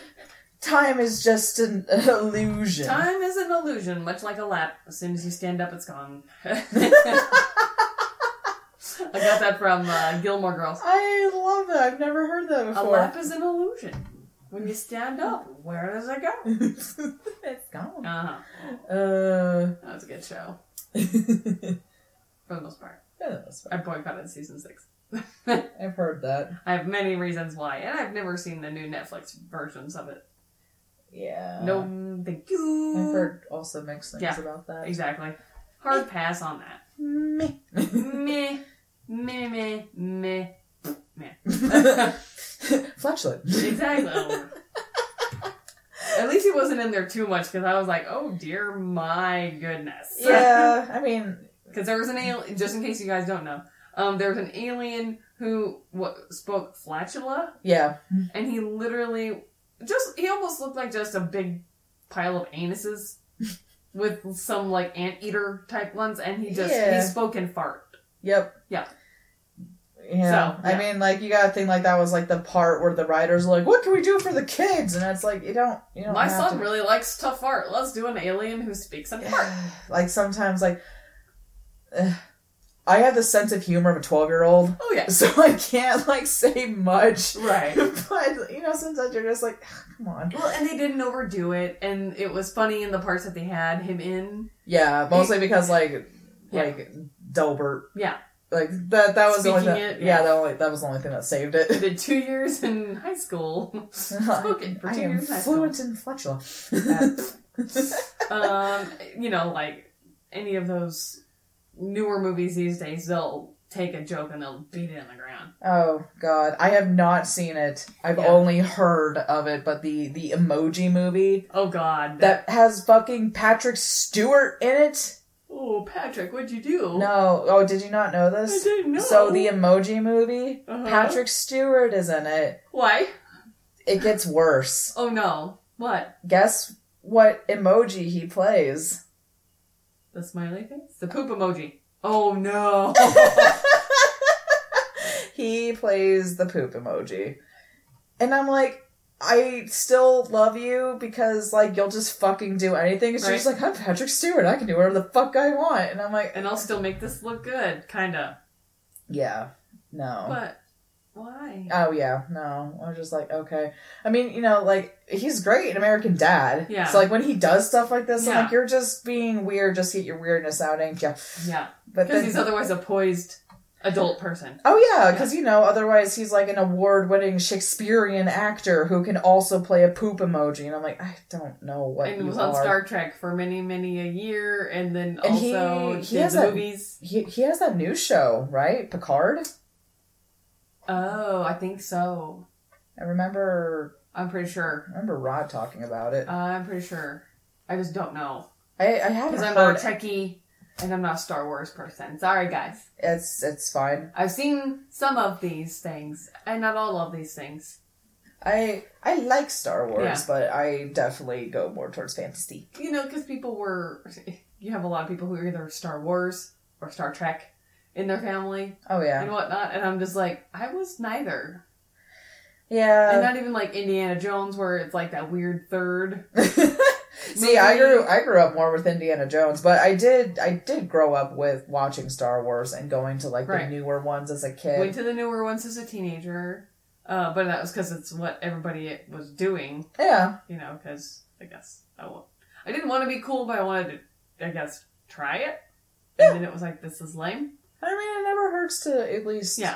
S3: Time is just an illusion.
S1: Time is an illusion, much like a lap. As soon as you stand up, it's gone. I got that from uh, Gilmore Girls.
S3: I love that. I've never heard that
S1: A
S3: before.
S1: lap is an illusion. When you stand up, where does it go?
S3: it's gone.
S1: Uh huh.
S3: Uh,
S1: That was a good show
S3: yeah,
S1: for the most part.
S3: that's
S1: I
S3: fine.
S1: boycotted season six.
S3: I've heard that.
S1: I have many reasons why, and I've never seen the new Netflix versions of it.
S3: Yeah.
S1: no, thank
S3: I've
S1: you.
S3: Uh, heard also mixed things
S1: Mm. Yeah.
S3: about that.
S1: Exactly. Hard pass on that.
S3: Meh.
S1: meh, meh, meh, meh.
S3: Flashlight.
S1: Exactly. At least he wasn't in there too much because I was like, oh dear my goodness.
S3: yeah, I mean,
S1: Because there was an alien, just in case you guys don't know, um, there was an alien who what, spoke flatula
S3: yeah.
S1: and he literally just, he almost looked like just a big pile of anuses with some like anteater type ones and he just,
S3: Yeah.
S1: he spoke in fart.
S3: Yep.
S1: Yeah.
S3: Yeah.
S1: So,
S3: I
S1: yeah.
S3: mean, like you gotta think like that was like the part where the writers were like, "What can we do for the kids?" And it's like you don't, you don't.
S1: My
S3: have
S1: son
S3: to-
S1: really likes to fart. Let's do an alien who speaks in fart.
S3: like sometimes like, eh, I have the sense of humor of a twelve-year-old,
S1: Oh, yeah.
S3: so I can't like say much.
S1: Right.
S3: but you know, sometimes you're just like, "Come on."
S1: Well, and they didn't overdo it, and it was funny in the parts that they had him in.
S3: Yeah, mostly because like,
S1: Yeah.
S3: like Delbert.
S1: Yeah.
S3: Like that. That was the
S1: Speaking
S3: only. Thing,
S1: it,
S3: yeah.
S1: yeah.
S3: That only. That was the only thing that saved it.
S1: He did two years in high school. Spoken for
S3: I
S1: two
S3: am
S1: years in high
S3: fluent in flatula.
S1: school. um, you know, like any of those newer movies these days, they'll take a joke and they'll beat it in the ground.
S3: Oh God, I have not seen it. I've
S1: Yeah.
S3: only heard of it, but the the emoji movie
S1: Oh God.
S3: that has fucking Patrick Stewart in it.
S1: oh, Patrick, what'd you do?
S3: No, oh, did you not know
S1: I
S3: this?
S1: didn't know.
S3: So the emoji movie,
S1: Uh-huh.
S3: Patrick Stewart is in it.
S1: why?
S3: It gets worse.
S1: Oh no. What?
S3: Guess what emoji he plays?
S1: The smiley face? The poop emoji. Oh no.
S3: He plays the poop emoji, and I'm like. I still love you because like you'll just fucking do anything. It's just like I'm Patrick Stewart. I can do whatever the fuck I want, and I'm like,
S1: and I'll still make this look good, kinda.
S3: Yeah. No.
S1: But why?
S3: oh yeah, no. I was just like, okay. I mean, you know, like he's great in American Dad.
S1: Yeah.
S3: So like when he does stuff like this, I'm
S1: Yeah.
S3: like, you're just being weird. Just get your weirdness out, ain't you?
S1: yeah.
S3: But
S1: Because
S3: then,
S1: he's otherwise a poised adult person.
S3: Oh yeah, because you know, otherwise he's like an award-winning Shakespearean actor who can also play a poop emoji, and I'm like, I don't know what
S1: and
S3: you
S1: was
S3: are.
S1: on Star Trek for many, many a year, and then
S3: And he-
S1: also
S3: he
S1: did
S3: has
S1: the
S3: a-
S1: movies.
S3: he he has that new show, right? Picard.
S1: Oh, I think so.
S3: I remember
S1: I'm pretty
S3: I
S1: sure.
S3: remember Rod talking about it.
S1: Uh, I'm pretty sure. I just don't know
S3: I I haven't
S1: because I'm
S3: heard.
S1: not a techie and I'm not a Star Wars person. Sorry, guys.
S3: it's it's fine.
S1: I've seen some of these things, and not all of these things.
S3: I I like Star Wars,
S1: Yeah.
S3: but I definitely go more towards fantasy.
S1: You know, because people were. You have a lot of people who are either Star Wars or Star Trek in their family
S3: Oh yeah,
S1: and whatnot, and I'm just like, I was neither. and
S3: yeah.
S1: not even like Indiana Jones, where it's like that weird third.
S3: See, I grew I grew up more with Indiana Jones, but I did I did grow up with watching Star Wars and going to like
S1: Right.
S3: the newer ones as a
S1: Went
S3: kid.
S1: to the newer ones as a teenager, uh, but that was because it's what everybody was doing,
S3: yeah,
S1: you know. Because I guess I won't. I didn't want to be cool, but I wanted to, I guess, try it. And
S3: Yeah.
S1: then it was like, this is lame.
S3: I mean, it never hurts to at least
S1: Yeah.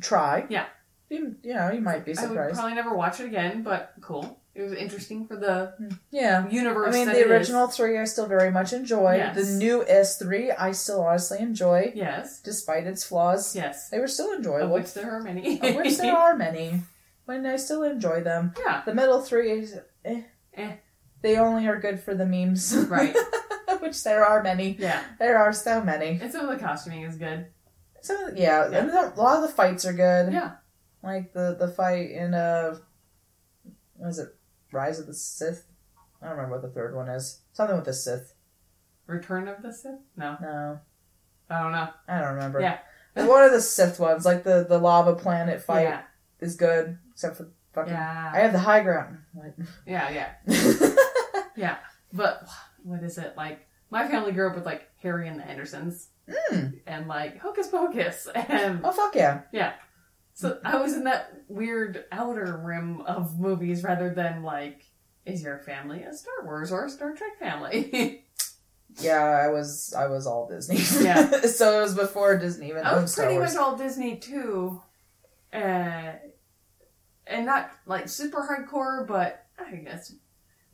S3: try.
S1: Yeah.
S3: you, you know, you might be
S1: I would
S3: surprised.
S1: probably never watch it again, but cool. It was interesting for the
S3: yeah. I
S1: universe.
S3: mean,
S1: that
S3: the
S1: it
S3: original three I still very much enjoy.
S1: Yes.
S3: The new S3 I still honestly enjoy,
S1: is. Yes.
S3: despite its flaws.
S1: Yes.
S3: They were still
S1: Of
S3: enjoyable.
S1: which there are many.
S3: Of which there are many, but I still enjoy them.
S1: yeah.
S3: The middle three is eh.
S1: Eh.
S3: They only are good for the memes.
S1: Right.
S3: Of which there are many.
S1: Yeah.
S3: There are so many.
S1: And some of the costuming is good.
S3: So yeah,
S1: Yeah.
S3: and the- a lot of the fights are good.
S1: Yeah.
S3: Like the the fight in uh, was it Rise of the Sith? I don't remember what the third one is. Something with the Sith.
S1: Return of the Sith? No.
S3: No,
S1: I don't know.
S3: I don't remember.
S1: Yeah.
S3: It's one of the Sith ones, like the the lava planet fight
S1: Yeah.
S3: is good, except for fucking. I
S1: Yeah.
S3: have the high ground. What?
S1: Yeah, yeah. But what is it? Like, my family grew up with, like, Harry and the Andersons
S3: Mm.
S1: and, like, Hocus Pocus. And
S3: Oh fuck yeah!
S1: so I was in that weird outer rim of movies rather than, like, is your family a Star Wars or a Star Trek family?
S3: Yeah, I was I was all Disney.
S1: Yeah.
S3: so it was before Disney even
S1: I
S3: owned
S1: was
S3: Star
S1: pretty
S3: Wars.
S1: much all Disney, too. Uh, and not, like, super hardcore, but I guess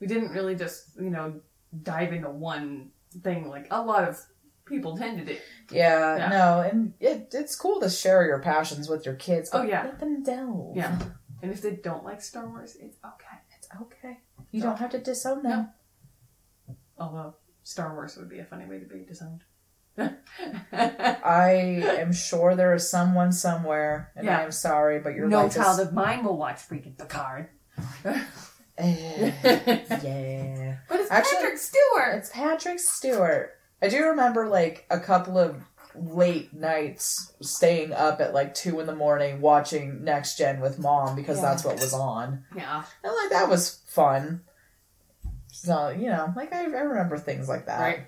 S1: we didn't really just, you know, dive into one thing. Like, a lot of people tended to
S3: Yeah,
S1: Yeah.
S3: no, and it, it's cool to share your passions with your kids. But
S1: Oh, yeah.
S3: let them delve.
S1: Yeah. And if they don't like Star Wars, it's okay.
S3: it's okay. You don't have to disown them.
S1: Although Star Wars would be a funny way to be disowned.
S3: I am sure there is someone somewhere, and
S1: Yeah.
S3: I am sorry, but your
S1: no
S3: life
S1: child of mine will watch freaking Picard.
S3: is.
S1: but
S3: yeah,
S1: it's
S3: Actually-
S1: Patrick Stewart.
S3: it's Patrick Stewart. I do remember like a couple of late nights staying up at like two in the morning watching Next Gen with mom because
S1: Yeah.
S3: that's what was on.
S1: Yeah,
S3: And like that was fun. So you know, like I, I remember things like that.
S1: right.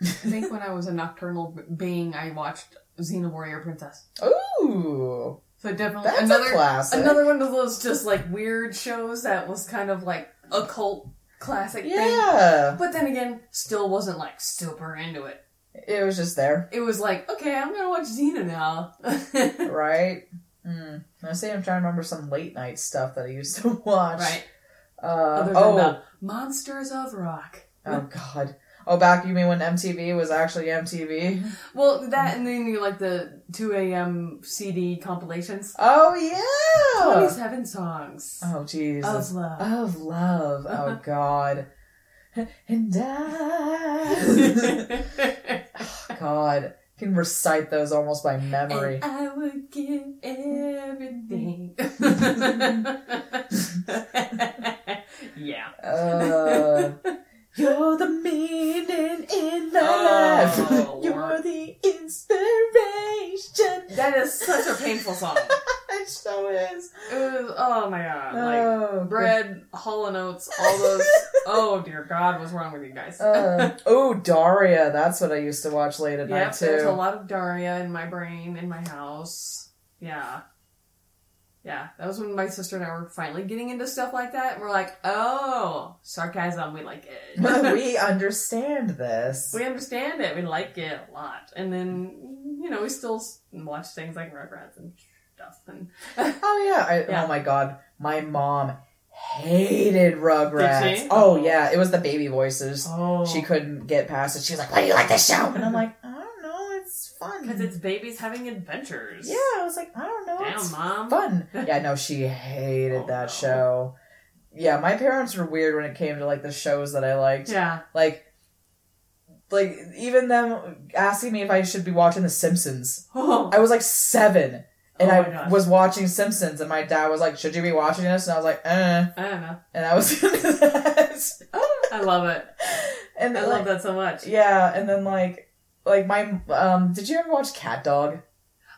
S1: I think when I was a nocturnal b- being, I watched Xenowarrior Princess.
S3: Ooh,
S1: So definitely
S3: that's a
S1: another
S3: classic.
S1: another one of those just like weird shows that was kind of like a cult classic thing.
S3: yeah,
S1: But then again, still wasn't like super into it.
S3: it was just there,
S1: It was like, okay, I'm gonna watch Xena now.
S3: right? Mm. I say I'm trying to remember some late night stuff that I used to watch.
S1: right.
S3: Uh,
S1: Other than
S3: oh,
S1: the Monsters of Rock.
S3: oh God. Oh, back you mean when MTV was actually MTV?
S1: Well, that and then you like the 2 a.m. CD compilations.
S3: Oh yeah.
S1: 27 songs
S3: Oh Jesus.
S1: of Uh-huh. love.
S3: Of love. Oh God. and I. God, I can recite those almost by memory.
S1: And I would give everything. yeah.
S3: Uh, you're the meaning in my life.
S1: Oh,
S3: You're
S1: Lord.
S3: the inspiration.
S1: That is such a painful song.
S3: It so is.
S1: It was, oh my god. Like,
S3: oh,
S1: bread, Hall and Oats, all those. Oh dear God, what's wrong with you guys?
S3: uh, oh, Daria. That's what I used to watch late at
S1: Yeah,
S3: night
S1: there's a
S3: too.
S1: lot of Daria in my brain in my house. Yeah. Yeah, that was when my sister and I were finally getting into stuff like that. And we're like, oh, sarcasm, we like it.
S3: we understand this.
S1: we understand it. We like it a lot. And then, you know, we still s- watch things like Rugrats and stuff. And
S3: Oh yeah. I,
S1: Yeah.
S3: Oh my god. My mom hated Rugrats.
S1: Did she?
S3: Oh yeah. It was the baby voices.
S1: oh,
S3: She couldn't get past it. She was like, "Why do you like this show?" And I'm like, "I don't know. It's fun."
S1: because it's babies having adventures.
S3: yeah. I was like, "I don't know.
S1: damn,
S3: it's
S1: mom.
S3: fun." Yeah. No, she hated
S1: Oh,
S3: that
S1: no.
S3: show. Yeah, my parents were weird when it came to like the shows that I liked.
S1: Yeah,
S3: Like. Like even them asking me if I should be watching The Simpsons.
S1: oh,
S3: I was like seven,
S1: Oh
S3: and
S1: my
S3: I
S1: gosh.
S3: was watching Simpsons, and my dad was like, "Should you be watching this?" And I was like, "Uh,"
S1: I don't know.
S3: and I was into that.
S1: I love it.
S3: And
S1: I
S3: then,
S1: love
S3: like,
S1: that so much.
S3: yeah, and then like, like my um, did you ever watch Cat Dog?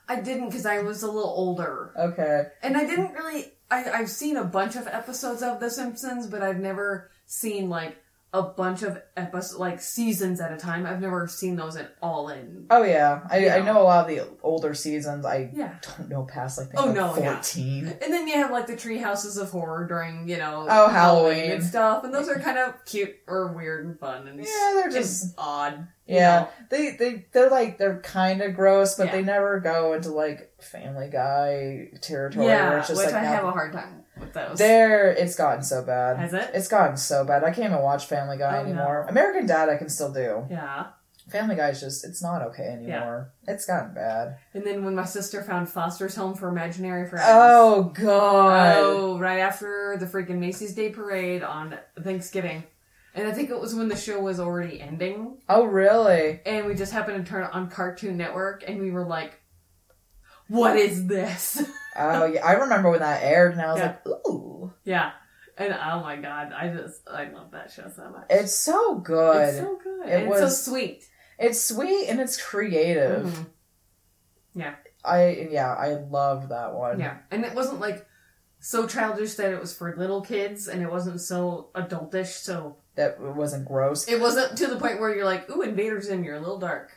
S1: I didn't because I was a little older.
S3: Okay,
S1: And I didn't really. I, I've seen a bunch of episodes of The Simpsons, but I've never seen like a bunch of episodes, like seasons at a time. I've never seen those at all in.
S3: oh yeah, I, I
S1: Yeah.
S3: know a lot of the older seasons. I
S1: Yeah.
S3: don't know past like, I think,
S1: Oh,
S3: like,
S1: no, yeah.
S3: fourteen.
S1: And then you have like the tree houses of horror during, you know,
S3: Oh, Halloween.
S1: and stuff. And those are kind of cute or weird and fun and,
S3: Yeah, they're
S1: and
S3: just
S1: odd. you
S3: yeah.
S1: know.
S3: They they they're like they're kind of gross, but
S1: Yeah.
S3: they never go into like Family Guy territory. where
S1: Yeah,
S3: it's
S1: which
S3: just like
S1: I
S3: now-
S1: have a hard time with those.
S3: There, it's gotten so bad.
S1: Has it?
S3: It's gotten so bad. I can't even watch Family Guy
S1: Oh, no.
S3: anymore. American Dad, I can still do.
S1: Yeah.
S3: Family Guy's just, it's not okay anymore. It's gotten bad.
S1: And then when my sister found Foster's Home for Imaginary Friends.
S3: Oh, God.
S1: Oh, right after the freaking Macy's Day Parade on Thanksgiving. And I think it was when the show was already ending.
S3: Oh, really?
S1: And we just happened to turn on Cartoon Network and we were like, what is this?
S3: Oh, yeah. I remember when that aired and I was
S1: Yeah.
S3: like, ooh.
S1: yeah. And oh my god, I just, I love that show so much.
S3: It's so good.
S1: It's
S3: It's,
S1: so good.
S3: It
S1: and it's
S3: was-
S1: so sweet.
S3: sweet and it's creative.
S1: Mhm.
S3: I, yeah, I love that one.
S1: Yeah. And it wasn't like so childish that it was for little kids and it wasn't so adultish. So
S3: That wasn't gross.
S1: it wasn't to the point where you're like, ooh, Invader Zim, you're a little dark.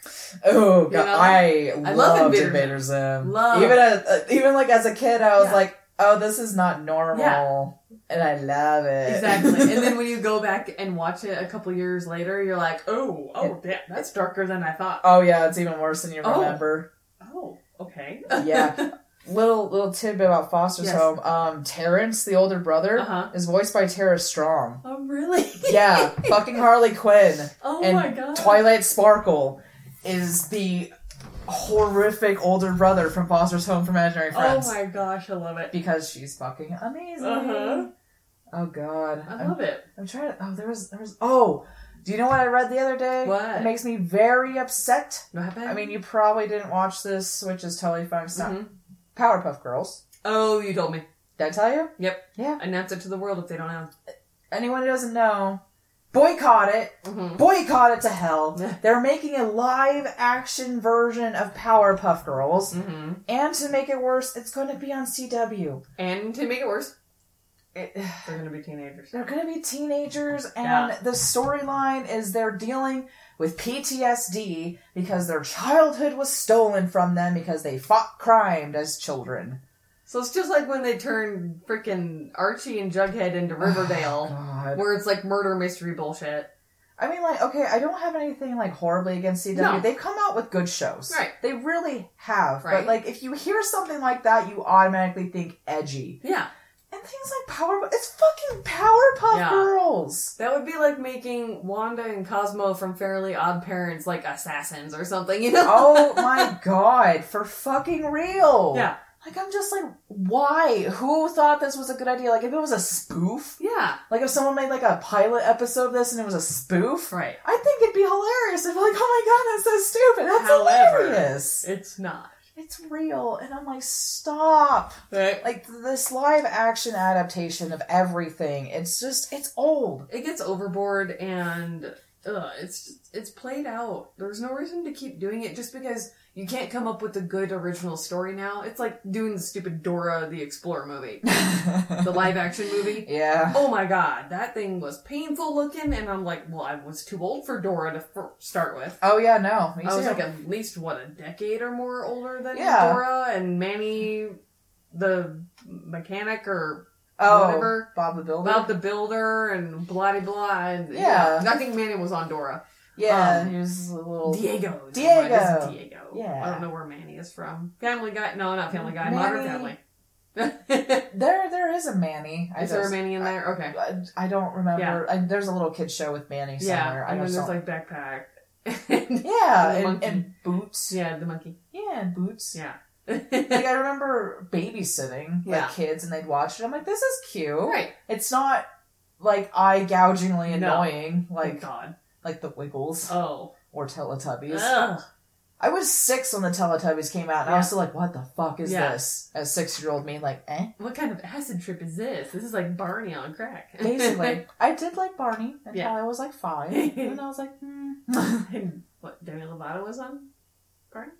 S3: Oh god,
S1: know?
S3: I,
S1: love
S3: loved
S1: Invader
S3: Invader Zim.
S1: Love.
S3: Even as, uh, even like as a kid, I was
S1: Yeah.
S3: like, oh, this is not normal, and I love it.
S1: Exactly. and then when you go back and watch it a couple years later, you're like, oh, oh, that, that's darker than I thought.
S3: oh yeah, it's even worse than you
S1: Oh.
S3: remember.
S1: Oh, okay.
S3: Yeah. little little tidbit about Foster's
S1: Yes.
S3: Home. Um, Terrence, the older brother,
S1: Uh-huh.
S3: is voiced by Tara Strong.
S1: Oh, really?
S3: Yeah, fucking Harley Quinn
S1: Oh
S3: and
S1: my god.
S3: Twilight Sparkle is the horrific older brother from Foster's Home for Imaginary Friends.
S1: Oh my gosh, I love it.
S3: because she's fucking amazing.
S1: Uh-huh.
S3: Oh god,
S1: I
S3: I'm,
S1: love it.
S3: I'm trying to. Oh, there was there was. Oh, do you know what I read the other day?
S1: What? Mm-hmm.
S3: it makes me very upset.
S1: What happened?
S3: I mean, you probably didn't watch this, which is totally fine. It's not
S1: Mhm.
S3: Powerpuff Girls.
S1: oh, you told me.
S3: Did I tell you?
S1: Yep.
S3: Yeah.
S1: Announce it to the world if they don't know.
S3: Anyone who doesn't know, boycott it.
S1: Mhm.
S3: Boycott it to hell.
S1: Yeah.
S3: They're making a live action version of Powerpuff Girls,
S1: Mhm.
S3: and to make it worse, it's going to be on CW.
S1: And to make it worse,
S3: It,
S1: they're gonna be teenagers.
S3: They're going to be teenagers, and
S1: Yeah.
S3: the storyline is they're dealing with PTSD because their childhood was stolen from them because they fought crime as children.
S1: So it's just like when they turned freaking Archie and Jughead into Riverdale,
S3: Oh, God.
S1: where it's like murder mystery bullshit.
S3: I mean, like, okay, I don't have anything like horribly against CW.
S1: No.
S3: They've come out with good shows,
S1: Right.
S3: They really have.
S1: Right.
S3: But like, if you hear something like that, you automatically think edgy.
S1: Yeah.
S3: And things like Powerpuff, it's fucking Powerpuff
S1: Yeah.
S3: Girls.
S1: That would be like making Wanda and Cosmo from Fairly Odd Parents like assassins or something, you know?
S3: oh my god, for fucking real.
S1: Yeah.
S3: Like I'm just like, why? Who thought this was a good idea? Like if it was a spoof,
S1: Yeah.
S3: like if someone made like a pilot episode of this and it was a spoof,
S1: Right.
S3: I think it'd be hilarious. I'd be like, oh my god, that's so stupid. That's
S1: However-
S3: hilarious.
S1: It's not.
S3: It's real, and I'm like, stop.
S1: Right.
S3: Like this live action adaptation of everything. It's just, it's old.
S1: It gets overboard and ugh, it's just, it's played out. There's no reason to keep doing it just because you can't come up with a good original story now. It's like doing the stupid Dora the Explorer movie, the live action movie.
S3: yeah.
S1: Oh my god, that thing was painful looking, and I'm like, well, I was too old for Dora to f- start with.
S3: Oh yeah, no. Me
S1: I was
S3: too.
S1: like at least what a decade or more older than
S3: Yeah.
S1: Dora and Manny, the mechanic or
S3: Oh,
S1: Whatever.
S3: Bob the Builder.
S1: about the builder and blah de blah. And
S3: Yeah.
S1: I think Manning was on Dora.
S3: yeah,
S1: um,
S3: he was a little.
S1: Diego. is
S3: Diego.
S1: what it is, Diego.
S3: Yeah.
S1: I don't know where Manny is from. Family Guy. No, not Family Guy. Modern
S3: Manny.
S1: Family.
S3: There, there is a Manny. I
S1: is there a
S3: just-
S1: Manny in there? Okay.
S3: I, I don't remember. I, there's a little kid show with Manny somewhere.
S1: Yeah.
S3: I
S1: And then there's
S3: just don't.
S1: like backpack. And-
S3: yeah,
S1: and the
S3: and,
S1: monkey.
S3: and boots.
S1: yeah, the monkey.
S3: Yeah, and boots.
S1: Yeah.
S3: Like I remember babysitting
S1: Yeah.
S3: like kids, and they'd watch it. I'm like, this is cute.
S1: right.
S3: It's not like eye gougingly
S1: No.
S3: annoying,
S1: Like
S3: like
S1: God.
S3: like the Wiggles
S1: Oh.
S3: or Teletubbies.
S1: Ugh.
S3: I was six when the Teletubbies came out, and I
S1: Yeah.
S3: was still like, "What the fuck is
S1: Yeah.
S3: this?" As six year old me, like, eh.
S1: What kind of acid trip is this? This is like Barney on crack.
S3: Basically, I did like Barney until
S1: Yeah.
S3: I was like five, and I was like, hmm.
S1: And what Demi Lovato was on? Barney?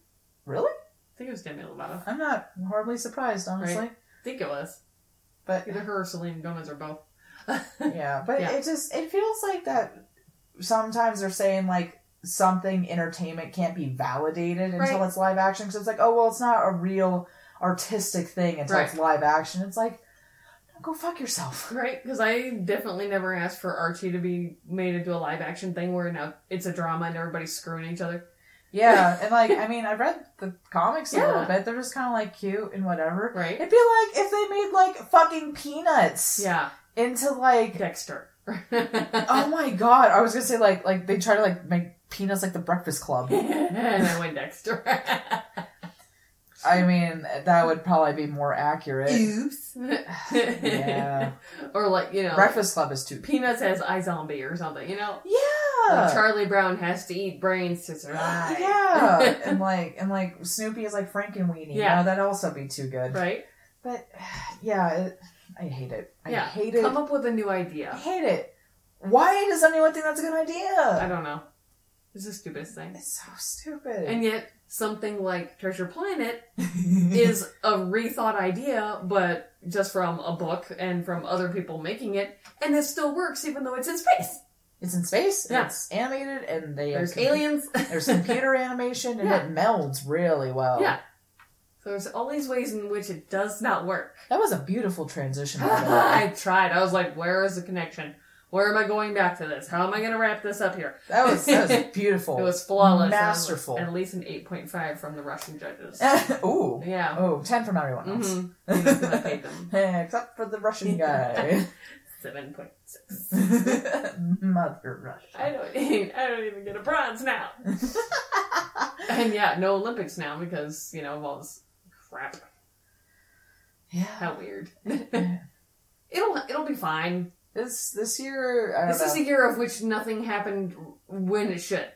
S3: "Really?"
S1: I think it was Demi Lovato. I
S3: I'm not horribly surprised, honestly.
S1: Right. think it was.
S3: But
S1: Either her or Selena Gomez or both.
S3: yeah, but
S1: Yeah.
S3: it just it feels like that. Sometimes they're saying like something entertainment can't be validated until
S1: Right.
S3: it's live action because it's like, oh well, it's not a real artistic thing until it's live action. It's like, no, go fuck yourself.
S1: Right, because I definitely never asked for Archie to be made into a live action thing where now it's a drama and everybody's screwing each other.
S3: Yeah, and like I mean, I read the comics a little
S1: Yeah.
S3: bit. They're just kind of like cute and whatever.
S1: Right?
S3: It'd be like if they made like fucking peanuts
S1: Yeah,
S3: into like
S1: Dexter.
S3: oh my god, I was gonna say like like they try to like make peanuts like the Breakfast Club.
S1: and I went Dexter.
S3: I mean, that would probably be more accurate.
S1: Oops.
S3: yeah,
S1: Or like, you know,
S3: Breakfast Club is too.
S1: Peanuts has iZombie or something, you know? Like
S3: Yeah,
S1: Charlie Brown has to eat brains to survive.
S3: yeah, and like and like Snoopy is like Frankenweenie.
S1: Yeah.
S3: Yeah, that'd also be too good.
S1: Right?
S3: But yeah, it, I hate it. I
S1: Yeah.
S3: hate it.
S1: Come up with a new
S3: I
S1: idea.
S3: hate it. Why does anyone think that's a good
S1: I
S3: idea?
S1: don't know. It's the stupidest thing.
S3: It's so stupid.
S1: And yet, something like Treasure Planet is a rethought idea, but just from a book and from other people making it, and it still works even though it's in space.
S3: it's in space. and
S1: Yeah.
S3: It's animated, and they
S1: There's
S3: com-
S1: aliens.
S3: There's computer animation, and
S1: Yeah.
S3: it melds really well.
S1: Yeah. So there's all these ways in which it does not work.
S3: that was a beautiful transition. by the way.
S1: I tried. I was like, where is the connection? Where am I going back to this? How am I going to wrap this up here?
S3: That was that was beautiful.
S1: It was flawless.
S3: Masterful.
S1: At least an 8.5 from the Russian judges.
S3: Ooh.
S1: yeah.
S3: Oh, 10 from everyone else.
S1: Mm-hmm. You know, 'cause I paid them
S3: Except for the Russian guy.
S1: 7.6.
S3: Mother Russia.
S1: I don't, even, I don't even get a bronze now. And yeah, no Olympics now because, you know, of all this crap.
S3: yeah.
S1: How weird. it'll it'll be fine.
S3: This this year, I don't
S1: This
S3: know.
S1: is a year of which nothing happened when it should.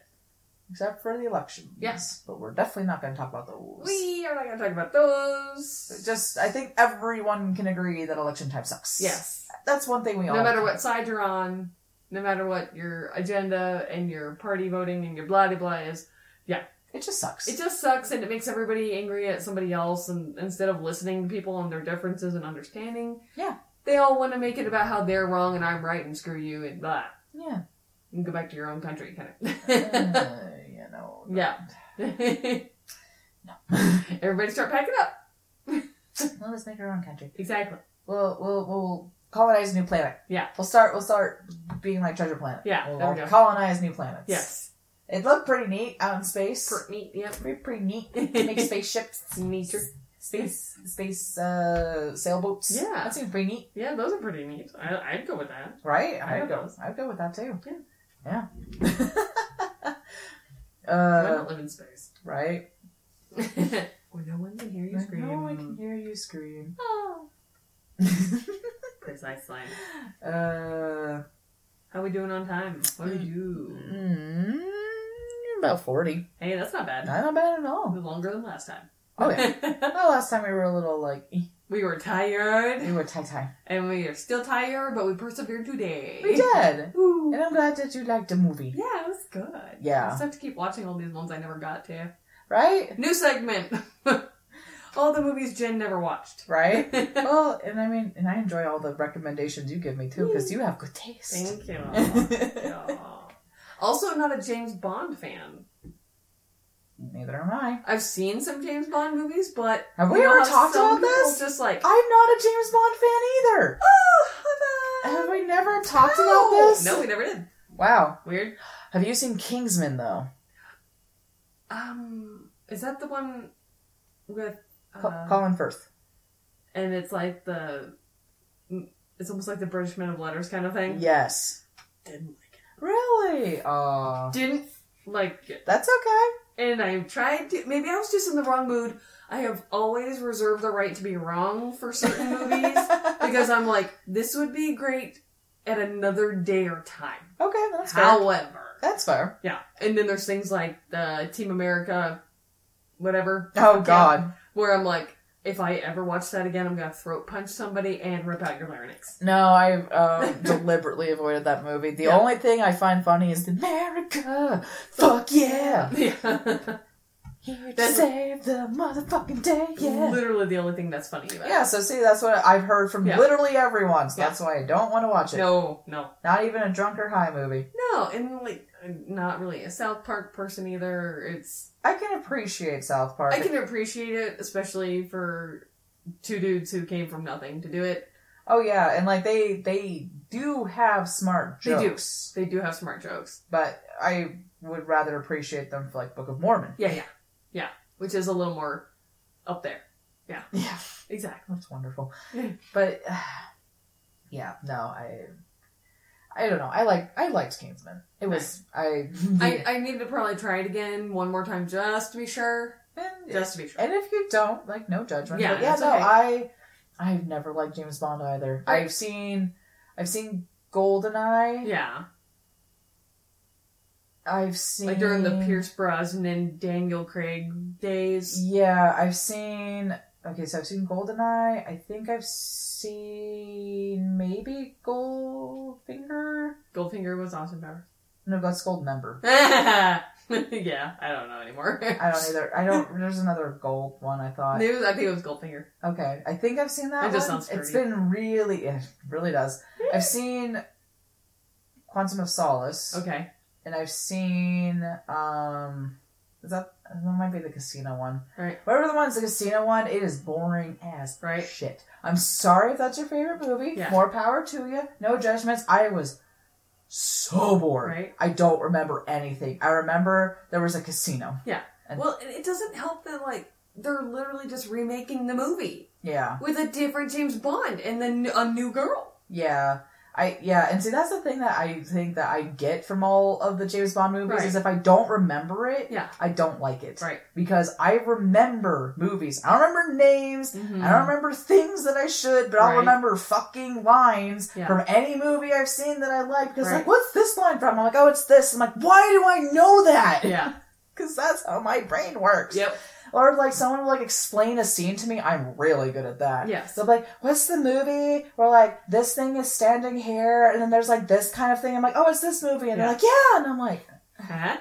S3: Except for the election.
S1: Yes.
S3: But we're definitely not going to talk about those.
S1: We are not gonna talk about those.
S3: Just, I think everyone can agree that election time sucks.
S1: Yes.
S3: That's one thing we all
S1: No matter what side you're on, no matter what your agenda and your party voting and your blah de blah is,
S3: It just sucks.
S1: it just sucks and it makes everybody angry at somebody else and instead of listening to people and their differences and understanding.
S3: Yeah.
S1: They all want to make it about how they're wrong and I'm right and screw you and blah.
S3: yeah.
S1: And go back to your own country kind of.
S3: Uh, you know.
S1: Yeah. Everybody start packing up.
S3: Let us make our own country.
S1: Exactly.
S3: We'll we'll we'll colonize a new planet.
S1: Yeah.
S3: We'll start we'll start being like Treasure Planet.
S1: Yeah,
S3: We'll
S1: there we
S3: all
S1: go.
S3: colonize new planets.
S1: Yes.
S3: It looked pretty neat out in space.
S1: Pretty neat. Yep.
S3: pretty, pretty neat. To make spaceships.
S1: Nature.
S3: Space space uh sailboats.
S1: Yeah.
S3: That seems pretty neat,
S1: Yeah, those are pretty neat. I, I'd go with that.
S3: right?
S1: I
S3: I'd
S1: love
S3: go
S1: those.
S3: I'd go with that too.
S1: Yeah.
S3: Yeah.
S1: Why
S3: uh
S1: not live in space? Oh,
S3: right.
S1: Where no one can hear you
S3: I
S1: scream.
S3: know I can hear you scream.
S1: Oh. Precisely.
S3: uh
S1: How we doing on time? What do we do?
S3: mm, about forty.
S1: Hey, that's not bad.
S3: Not bad at all.
S1: Longer than last time.
S3: Oh yeah. Well, last time we were a little like eh,
S1: we were tired,
S3: we were tie tie.
S1: and we are still tired, but we persevered today.
S3: We did,
S1: Ooh.
S3: and I'm glad that you liked the movie.
S1: Yeah, it was good. I
S3: Yeah,
S1: just have to keep watching all these ones I never got to.
S3: right,
S1: New segment. all the movies Jen never watched.
S3: right.
S1: Thank
S3: well, and I mean, and I enjoy all the recommendations you give me too, because you have good taste.
S1: you. Aw. Also, not a James Bond fan.
S3: Neither am I.
S1: I've seen some James Bond movies, but
S3: Have we
S1: you know
S3: ever
S1: how
S3: talked
S1: some
S3: about
S1: people
S3: this?
S1: Just like
S3: I'm not a James Bond fan either.
S1: oh, hello.
S3: Have we never talked about
S1: No.
S3: this?
S1: No, we never did.
S3: Wow.
S1: Weird.
S3: Have you seen Kingsman though?
S1: Um, is that the one with
S3: Co-
S1: uh,
S3: Colin Firth.
S1: and it's like the it's almost like the British Men of Letters kind of thing.
S3: Yes.
S1: Didn't like it.
S3: Really? Oh.
S1: Didn't like it.
S3: That's okay.
S1: And I tried to. Maybe I was just in the wrong mood. I have always reserved the right to be wrong for certain movies because I'm like, this would be great at another day or time.
S3: okay, that's fair.
S1: However,
S3: That's fair.
S1: yeah. And then there's things like the Team America, whatever,
S3: Oh God.
S1: where I'm like, if I ever watch that again, I'm gonna throat punch somebody and rip out your larynx.
S3: No, I uh, deliberately avoided that movie. The
S1: Yeah.
S3: only thing I find funny is the America. Fuck yeah.
S1: Yeah.
S3: Here to
S1: That's-
S3: save the motherfucking day. Yeah.
S1: Literally the only thing that's funny about
S3: Yeah, so see, that's what I've heard from
S1: Yeah.
S3: literally everyone, so
S1: Yeah.
S3: that's why I don't want to watch
S1: it.
S3: it.
S1: No, no.
S3: Not even a drunk or high movie.
S1: No, and like I'm not really a South Park person either. It's
S3: I can appreciate South Park.
S1: I can appreciate it, especially for two dudes who came from nothing to do it.
S3: Oh yeah, and like they they do have smart
S1: They do.
S3: jokes,
S1: They do have smart jokes.
S3: but I would rather appreciate them for like Book of Mormon.
S1: Yeah, yeah, yeah. Which is a little more up there.
S3: Yeah,
S1: Exactly.
S3: that's wonderful.
S1: Yeah.
S3: but yeah, no, I I don't know. I like I liked Kingsman. It was I,
S1: I, I need to probably try it again one more time just to be sure.
S3: and,
S1: Just to be sure.
S3: and if you don't like, no judgment.
S1: Yeah,
S3: but yeah,
S1: it's
S3: no,
S1: okay.
S3: I I've never liked James Bond either.
S1: Right.
S3: I've seen I've seen Goldeneye.
S1: Yeah.
S3: I've seen
S1: Like during
S3: Mm.
S1: the Pierce Brosnan, Daniel Craig days.
S3: Yeah, I've seen. Okay, so I've seen Goldeneye. I think I've seen maybe Goldfinger.
S1: Goldfinger was Austin Powers.
S3: No, that's Goldmember.
S1: yeah, I don't know anymore.
S3: I don't either. I don't. There's another gold one. I thought.
S1: It was- I think it was Goldfinger.
S3: Okay, I think I've seen that.
S1: It just
S3: one.
S1: sounds
S3: It's
S1: pretty.
S3: been really. It really does. I've seen Quantum of Solace,
S1: Okay.
S3: and I've seen. um Is that that might be the casino one?
S1: Right.
S3: Whatever the one's the casino one, it is boring as
S1: Right.
S3: shit. I'm sorry if that's your favorite movie.
S1: Yeah.
S3: More power to you. No judgments. I was so bored.
S1: Right.
S3: I don't remember anything. I remember there was a casino. And-
S1: Well, and it doesn't help that like they're literally just remaking the movie
S3: Yeah.
S1: with a different James Bond and then a new girl.
S3: Yeah. I yeah, and see that's the thing that I think that I get from all of the James Bond movies
S1: Right.
S3: is if I don't remember it,
S1: Yeah.
S3: I don't like it.
S1: Right.
S3: Because I remember movies. I don't remember names.
S1: Mm-hmm.
S3: I don't remember things that I should, but I'll
S1: Right.
S3: remember fucking lines
S1: Yeah.
S3: from any movie I've seen that I like. Because
S1: Right.
S3: like, what's this line from? I'm like, oh, it's this. I'm like, why do I know that?
S1: Yeah.
S3: Because that's how my brain works.
S1: Yep.
S3: Or if, like someone will like explain a scene to me, I'm really good at that.
S1: Yes.
S3: So like, what's the movie where like this thing is standing here, and then there's like this kind of thing. I'm like, oh, it's this movie,
S1: Yeah.
S3: and they're like, yeah, and I'm like,
S1: Huh? Uh-huh.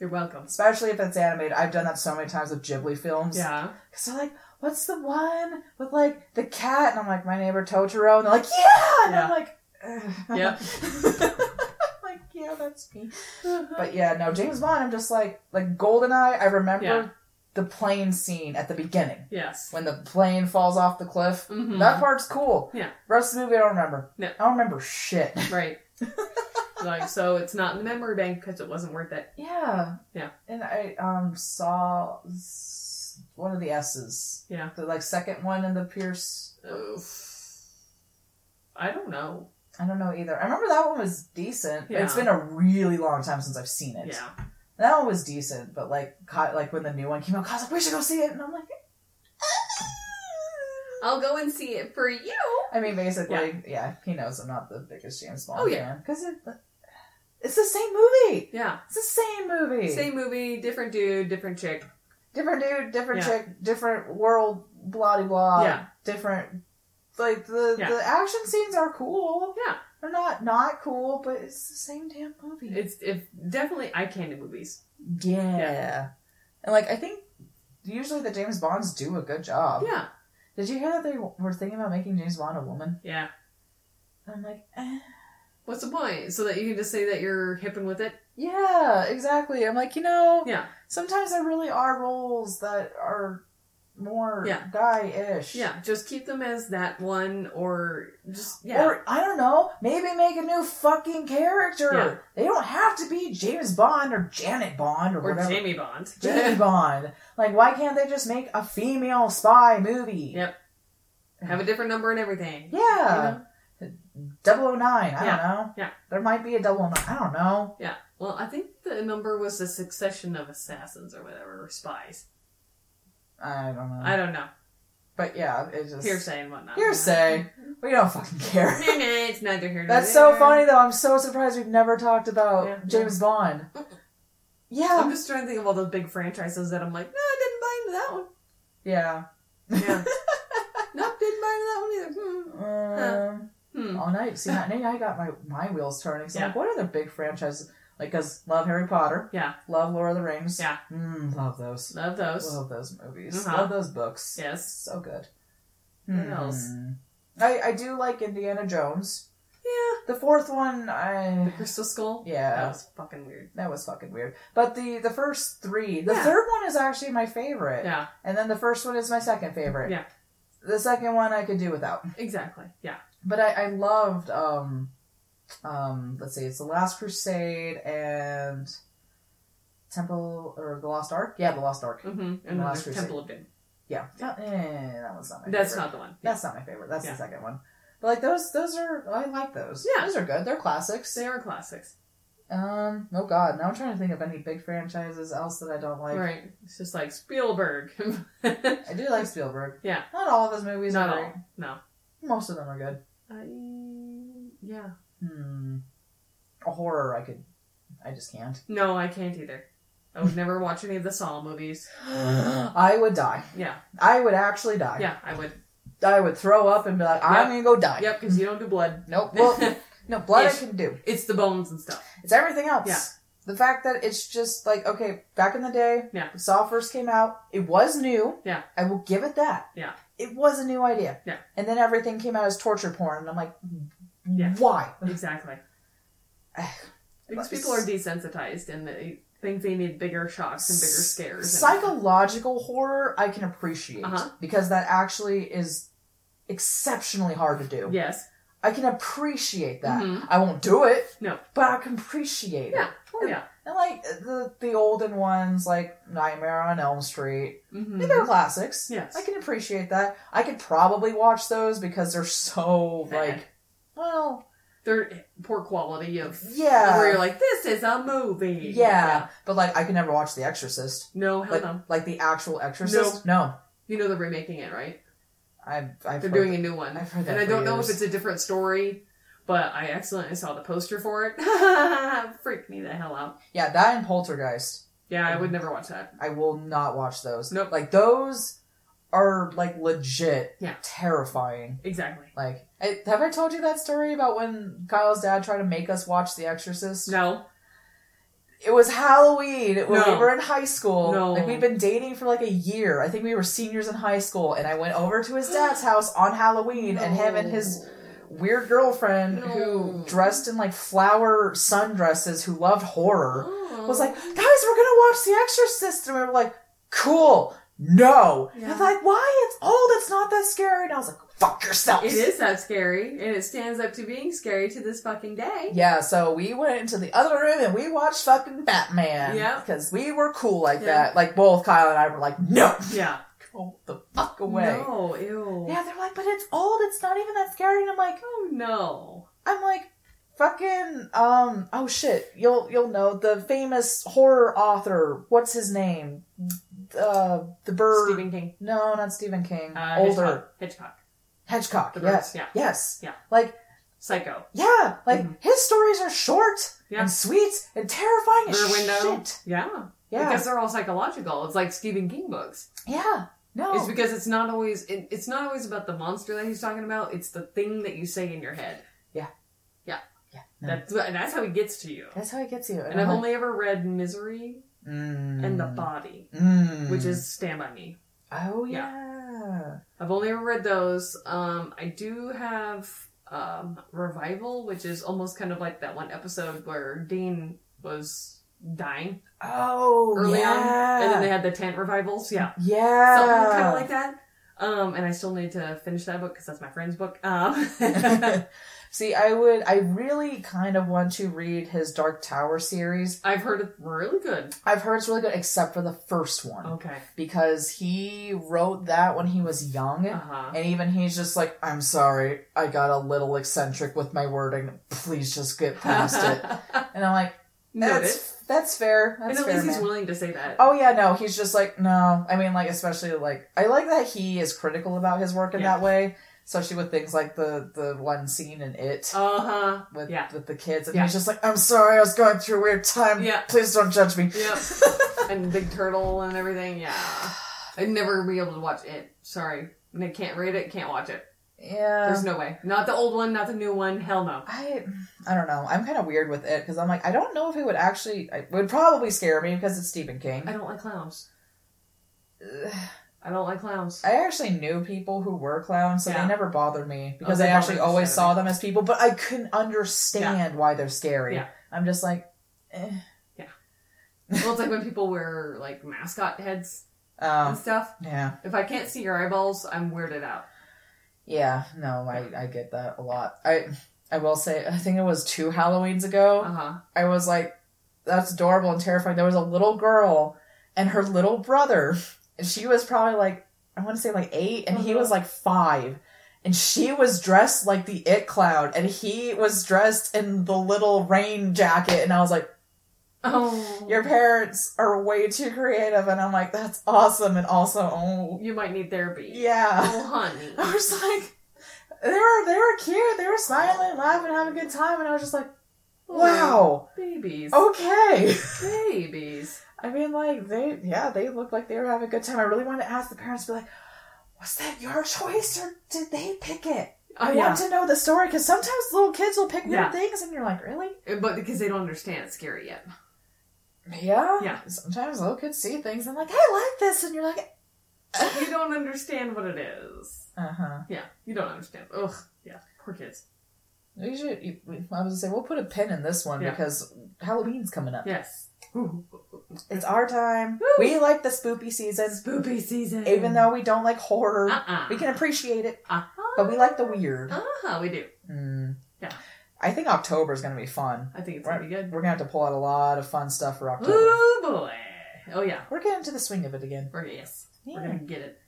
S1: You're welcome.
S3: especially if it's animated. I've done that so many times with Ghibli films.
S1: Yeah.
S3: Cause they're like, what's the one with like the cat? And I'm like, my neighbor Totoro. And they're like, yeah. And I'm
S1: Yeah.
S3: like, Ugh.
S1: Yeah.
S3: I'm like, yeah, that's me. But yeah, no, James Bond. I'm just like, like Goldeneye. I remember
S1: Yeah.
S3: the plane scene at the beginning
S1: yes.
S3: when the plane falls off the cliff.
S1: Mhm.
S3: That part's cool.
S1: Yeah.
S3: Rest of the movie, I don't remember.
S1: No.
S3: I don't remember shit.
S1: Right. like so, it's not in the memory bank because it wasn't worth it.
S3: Yeah.
S1: Yeah.
S3: And I um saw s- one of the S's.
S1: Yeah.
S3: The like second one in the Pierce.
S1: Oof. I don't know.
S3: I don't know either. I remember that one was decent. but It's
S1: Yeah.
S3: been a really long time since I've seen it.
S1: Yeah.
S3: That one was decent, but like, Ka- like when the new one came out, Kai's like, "We should go see it," and I'm like, "Ah!"
S1: I'll go and see it for you.
S3: I mean, basically, yeah. he knows I'm not the biggest James Bond
S1: Oh, yeah.
S3: because it, it's the same movie.
S1: Yeah.
S3: It's the same movie.
S1: Same movie, different dude, different chick.
S3: different dude, different
S1: Yeah.
S3: chick, different world, blah de blah.
S1: Yeah.
S3: Different. Like the
S1: Yeah.
S3: the action scenes are cool.
S1: Yeah.
S3: They're not not cool, but it's the same damn movie.
S1: It's if definitely eye candy movies.
S3: Yeah. And like I think usually the James Bonds do a good job.
S1: Yeah.
S3: Did you hear that they were thinking about making James Bond a woman?
S1: Yeah.
S3: I'm like, eh.
S1: What's the point? So that you can just say that you're hipping with it?
S3: Yeah, exactly. I'm like, you know,
S1: Yeah.
S3: sometimes there really are roles that are more
S1: Yeah.
S3: guy-ish.
S1: Yeah. Just keep them as that one or just, yeah.
S3: Or I don't know, maybe make a new fucking character.
S1: Yeah.
S3: They don't have to be James Bond or Janet Bond or,
S1: Or
S3: whatever.
S1: Jamie Bond.
S3: Jamie Bond. Like, why can't they just make a female spy movie?
S1: Yep. Have a different number and everything.
S3: Yeah. Double O Nine. I
S1: Yeah.
S3: don't know.
S1: Yeah.
S3: There might be a double O Nine. I don't know.
S1: Yeah. Well, I think the number was the succession of assassins or whatever, or spies.
S3: I don't know.
S1: I don't know.
S3: but yeah, it Uh-huh. just
S1: Hearsay and whatnot.
S3: Hearsay. We don't fucking care.
S1: it's neither here nor
S3: That's
S1: there.
S3: so funny though. I'm so surprised we've never talked about
S1: Yeah.
S3: James Bond.
S1: I'm
S3: Yeah.
S1: just trying to think of all those big franchises that I'm like, no, I didn't buy into that one.
S3: Yeah.
S1: Yeah. nope, didn't buy into that one either.
S3: Um,
S1: Hmm. Hmm.
S3: all night. See, now now I got my, my wheels turning. So I'm like,
S1: Yeah.
S3: what other big franchises? Like, cause love Harry Potter,
S1: Yeah.
S3: love Lord of the Rings.
S1: Yeah.
S3: Mm, love those.
S1: Love those.
S3: Love those movies.
S1: Uh-huh.
S3: Love those books.
S1: yes.
S3: So good.
S1: What else?
S3: Hmm. I, I do like Indiana Jones.
S1: Yeah.
S3: The fourth one,
S1: The
S3: I
S1: Crystal Skull. That
S3: yeah,
S1: was fucking weird.
S3: that was fucking weird. But the the first three, the
S1: Yeah.
S3: third one is actually my favorite,
S1: Yeah.
S3: and then the first one is my second favorite.
S1: Yeah.
S3: the second one I could do without,
S1: Exactly. Yeah.
S3: but I, I loved um, um, let's see, it's the Last Crusade and Temple or the Lost Ark. Yeah, the Lost Ark.
S1: Mm-hmm. And then
S3: Last
S1: there's Temple of Doom.
S3: Yeah, that, eh, that one's not my
S1: That's
S3: favorite.
S1: not the one. Yeah.
S3: That's not my favorite. That's
S1: Yeah.
S3: the second one. But like those, those are I like those.
S1: Yeah.
S3: those are good. They're classics.
S1: They are classics.
S3: Um, oh god, now I'm trying to think of any big franchises else that I don't like.
S1: right. It's just like Spielberg. Not
S3: I do like Spielberg.
S1: Yeah.
S3: not all of his movies are
S1: all.
S3: great.
S1: No.
S3: Most of them are good.
S1: I, yeah.
S3: Hmm, a horror I could, I just can't.
S1: No, I can't either. I would never watch any of the Saw movies.
S3: I would die.
S1: Yeah.
S3: I would actually die.
S1: Yeah, I would.
S3: I would throw up and be like, I'm gonna go die. Mm-hmm.
S1: Yep, because you don't do blood.
S3: Nope. Well, no blood
S1: Ish.
S3: I can do.
S1: It's the bones and stuff.
S3: It's everything else.
S1: Yeah.
S3: The fact that it's just like, okay, back in the day,
S1: Yeah.
S3: Saw first came out, it was new.
S1: Yeah.
S3: I will give it that.
S1: Yeah.
S3: It was a new idea.
S1: Yeah.
S3: And then everything came out as torture porn, and I'm like,
S1: Yeah.
S3: why?
S1: Exactly. Because people are desensitized and they think they need bigger shocks and bigger scares. and-
S3: Psychological horror, I can appreciate
S1: Uh-huh.
S3: because that actually is exceptionally hard to do.
S1: Yes.
S3: I can appreciate that.
S1: Mhm.
S3: I won't do it,
S1: No.
S3: but I can appreciate
S1: Yeah.
S3: it.
S1: Oh, yeah.
S3: And like the the olden ones, like Nightmare on Elm Street,
S1: Mm-hmm.
S3: Yeah, they're classics.
S1: Yes.
S3: I can appreciate that. I could probably watch those because they're so
S1: Bad.
S3: like well
S1: They're poor quality of.
S3: yeah.
S1: Where you're like, this is a movie.
S3: yeah. But like I can never watch The Exorcist.
S1: No, hell
S3: Like
S1: no.
S3: like the actual Exorcist. No.
S1: You know they're remaking it, right?
S3: I've I've
S1: They're
S3: heard
S1: doing
S3: that.
S1: a new one.
S3: I've heard that
S1: and I
S3: for
S1: don't know if
S3: years.
S1: it's a different story, but I accidentally saw the poster for it. Freaked me the hell out.
S3: Yeah, that and Poltergeist.
S1: Yeah, I would
S3: Mm.
S1: never watch that.
S3: I will not watch those.
S1: Nope.
S3: Like those are like legit
S1: Yeah.
S3: terrifying.
S1: Exactly.
S3: Like I, have I told you that story about when Kyle's dad tried to make us watch The Exorcist?
S1: No.
S3: It was Halloween when we
S1: No.
S3: were in high school.
S1: No.
S3: Like we'd been dating for like a year. I think we were seniors in high school, and I went over to his dad's house on Halloween, and him and his weird girlfriend, who
S1: No.
S3: dressed in like flower sundresses, who loved horror,
S1: Oh.
S3: was like, "Guys, we're gonna watch The Exorcist," and we were like, "Cool, no." And
S1: Yeah.
S3: I'm like, "Why? It's old. It's not that scary." And I was like, "Fuck yourself."
S1: It is that scary, and it stands up to being scary to this fucking day.
S3: Yeah, so we went into the other room and we watched fucking Batman.
S1: Yeah.
S3: Because we were cool like
S1: Yeah.
S3: that. Like both Kyle and I were like, no,
S1: Yeah.
S3: go the fuck away.
S1: No, ew.
S3: Yeah, they're like, but it's old, it's not even that scary. And I'm like,
S1: Oh no.
S3: I'm like, fucking um oh shit. You'll you'll know the famous horror author, what's his name? Uh the bird
S1: Stephen King.
S3: No, not Stephen King.
S1: Uh,
S3: Older.
S1: Hitchcock. Hitchcock.
S3: Hitchcock.
S1: The bird,
S3: yes.
S1: yeah.
S3: Yes.
S1: Yeah.
S3: Like
S1: Psycho.
S3: yeah, like
S1: Mhm.
S3: his stories are short
S1: Yeah.
S3: and sweet and terrifying as
S1: Rear window.
S3: shit.
S1: Yeah.
S3: Yeah,
S1: Because they're all psychological. It's like Stephen King books.
S3: yeah. No,
S1: It's because it's not always it, it's not always about the monster that he's talking about. It's the thing that you say in your head.
S3: yeah, no.
S1: That's and that's how he gets to you.
S3: that's how it gets you.
S1: And I've only ever read Misery and The Body,
S3: mm.
S1: which is Stand by Me.
S3: oh yeah.
S1: yeah. I've only ever read those. Um, I do have um, revival, which is almost kind of like that one episode where Dean was dying
S3: Oh,
S1: early
S3: yeah.
S1: on, and then they
S3: Ah.
S1: had the tent revivals. Yeah,
S3: yeah,
S1: something kind of like that. Um, and I still need to finish that book because that's my friend's book. Um,
S3: See, I would, I really kind of want to read his Dark Tower series.
S1: I've heard it really good.
S3: I've heard it's really good, except for the first one
S1: Okay.
S3: because he wrote that when he was young,
S1: Uh huh.
S3: and even he's just like, "I'm sorry, I got a little eccentric with my wording. Please just get past it." And I'm like,
S1: Noted.
S3: "That's that's fair.
S1: And
S3: That's
S1: at
S3: fair,
S1: least he's
S3: man."
S1: willing to say that.
S3: Oh yeah, no, he's just like no. I mean, like especially like I like that he is critical about his work in
S1: Yeah.
S3: that way, especially with things like the the one scene in it
S1: Uh huh.
S3: with
S1: Yeah.
S3: with the kids, and
S1: Yeah.
S3: he's just like, "I'm sorry, I was going through a weird time.
S1: Yeah.
S3: Please don't judge me."
S1: Yep. and Big Turtle and everything. Yeah. I'd never be able to watch it. Sorry. I can't read it. Can't watch it.
S3: Yeah,
S1: There's no way. Not the old one. Not the new one. Hell no.
S3: I I don't know. I'm kind of weird with it because I'm like, I don't know if it would actually. It would probably scare me because it's Stephen King.
S1: I don't like clowns.
S3: Ugh.
S1: I don't like clowns.
S3: I actually knew people who were clowns, so
S1: Yeah.
S3: they never bothered me because
S1: they
S3: I actually
S1: bothered the
S3: always
S1: shit out
S3: saw them as people, but I couldn't understand why they're scary.
S1: Yeah.
S3: I'm just like, eh.
S1: well, it's like when people wear like mascot heads and
S3: um,
S1: stuff.
S3: yeah,
S1: If I can't see your eyeballs, I'm weirded out.
S3: yeah. No, I I get that a lot. I I will say, I think it was two Halloweens ago.
S1: Uh huh.
S3: I was like, that's adorable and terrifying. There was a little girl and her little brother, and she was probably like, I want to say like eight, and he
S1: Uh-huh.
S3: was like five. And she was dressed like the It Clown, and he was dressed in the little rain jacket. And I was like,
S1: Oh.
S3: Your parents are way too creative. And I'm like, That's awesome. And also, oh,
S1: You might need therapy.
S3: yeah.
S1: Oh, honey.
S3: I was like, They were, they were cute. They were smiling, laughing, having a good time. And I was just like,
S1: Oh.
S3: Wow. Oh.
S1: Babies.
S3: Okay.
S1: Babies.
S3: I mean, like they, yeah, they looked like they were having a good time. I really wanted to ask the parents, be like, was that your choice or did they pick it? I
S1: Oh, yeah.
S3: want to know the story because sometimes little kids will pick
S1: Yeah.
S3: weird things, and you're like, really?
S1: But because they don't understand it's scary yet.
S3: Yeah,
S1: Yeah.
S3: Sometimes little kids see things and like, I like this, and you're like,
S1: you don't understand what it is.
S3: uh huh.
S1: Yeah, you don't understand. Ugh, yeah, poor kids.
S3: We should. I was gonna say we'll put a pin in this one
S1: Yeah.
S3: because Halloween's coming up.
S1: Yes. Ooh,
S3: It's our time.
S1: Woo.
S3: We like the spoopy season,
S1: spoopy season.
S3: even though we don't like horror.
S1: Uh-uh.
S3: We can appreciate it,
S1: Uh-huh.
S3: but we like the weird.
S1: Uh-huh, we do.
S3: Mm.
S1: Yeah.
S3: I think October is gonna be fun.
S1: I think it's gonna be good.
S3: We're gonna have to pull out a lot of fun stuff for October.
S1: Ooh, boy. Oh, yeah.
S3: We're getting to the swing of it again.
S1: We're, yes,
S3: Yeah.
S1: we're gonna get it.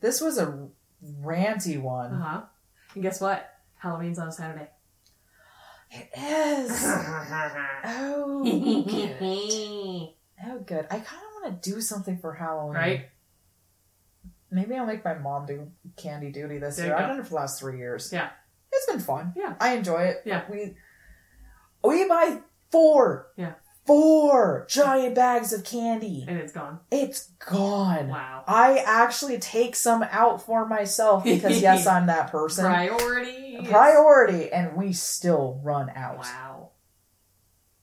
S3: This was a ranty one.
S1: Uh-huh. And guess what? Halloween's on a Saturday.
S3: It is. oh, good. oh, good. I kind of want to do something for Halloween.
S1: right?
S3: Maybe I'll make my mom do candy duty this
S1: There
S3: year.
S1: you
S3: I've
S1: go.
S3: done it for the last three years.
S1: Yeah.
S3: It's been fun.
S1: Yeah.
S3: I enjoy it.
S1: Yeah.
S3: We we buy four.
S1: Yeah.
S3: Four giant bags of candy.
S1: And it's gone.
S3: It's gone.
S1: Wow.
S3: I actually take some out for myself because yes, I'm that person.
S1: Priority.
S3: Priority, and we still run out.
S1: Wow.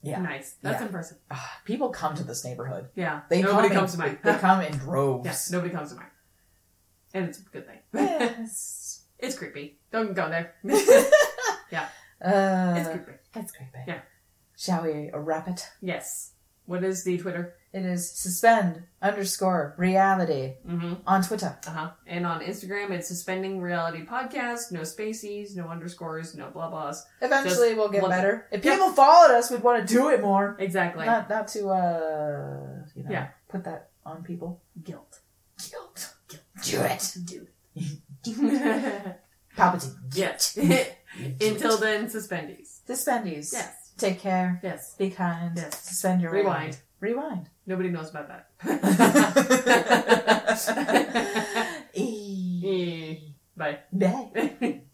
S3: Yeah.
S1: Nice. That's
S3: Yeah.
S1: impressive.
S3: Ah, people come to this neighborhood.
S1: Yeah.
S3: They
S1: Nobody
S3: come
S1: comes
S3: in,
S1: to mine.
S3: They come in
S1: Yeah,
S3: droves.
S1: nobody comes to mine. And it's a good thing.
S3: Yes.
S1: It's creepy. Don't go there. it's
S3: yeah. Uh,
S1: creepy.
S3: That's creepy.
S1: Yeah.
S3: Shall we wrap it?
S1: Yes. What is the Twitter?
S3: It is suspend underscore reality
S1: Mm-hmm.
S3: on Twitter.
S1: Uh huh. And on Instagram, it's Suspending Reality Podcast. No spaces, no underscores, no blah blahs.
S3: Eventually, we'll get
S1: look-
S3: better. If
S1: Yeah.
S3: people followed us, we'd want to do it more.
S1: Exactly.
S3: not not to uh, you know,
S1: Yeah.
S3: put that on people.
S1: Guilt.
S3: Guilt. Do it.
S1: Do it.
S3: Palpatine.
S1: yes.
S3: Do
S1: Until
S3: it.
S1: then, suspendies.
S3: Suspendies.
S1: Yes.
S3: Take care.
S1: Yes.
S3: Be kind.
S1: Yes.
S3: Suspend your
S1: Rewind.
S3: Rewind.
S1: Nobody knows about that.
S3: Rewind.
S1: Eh.
S3: Eee.
S1: Bye.
S3: E. Bye.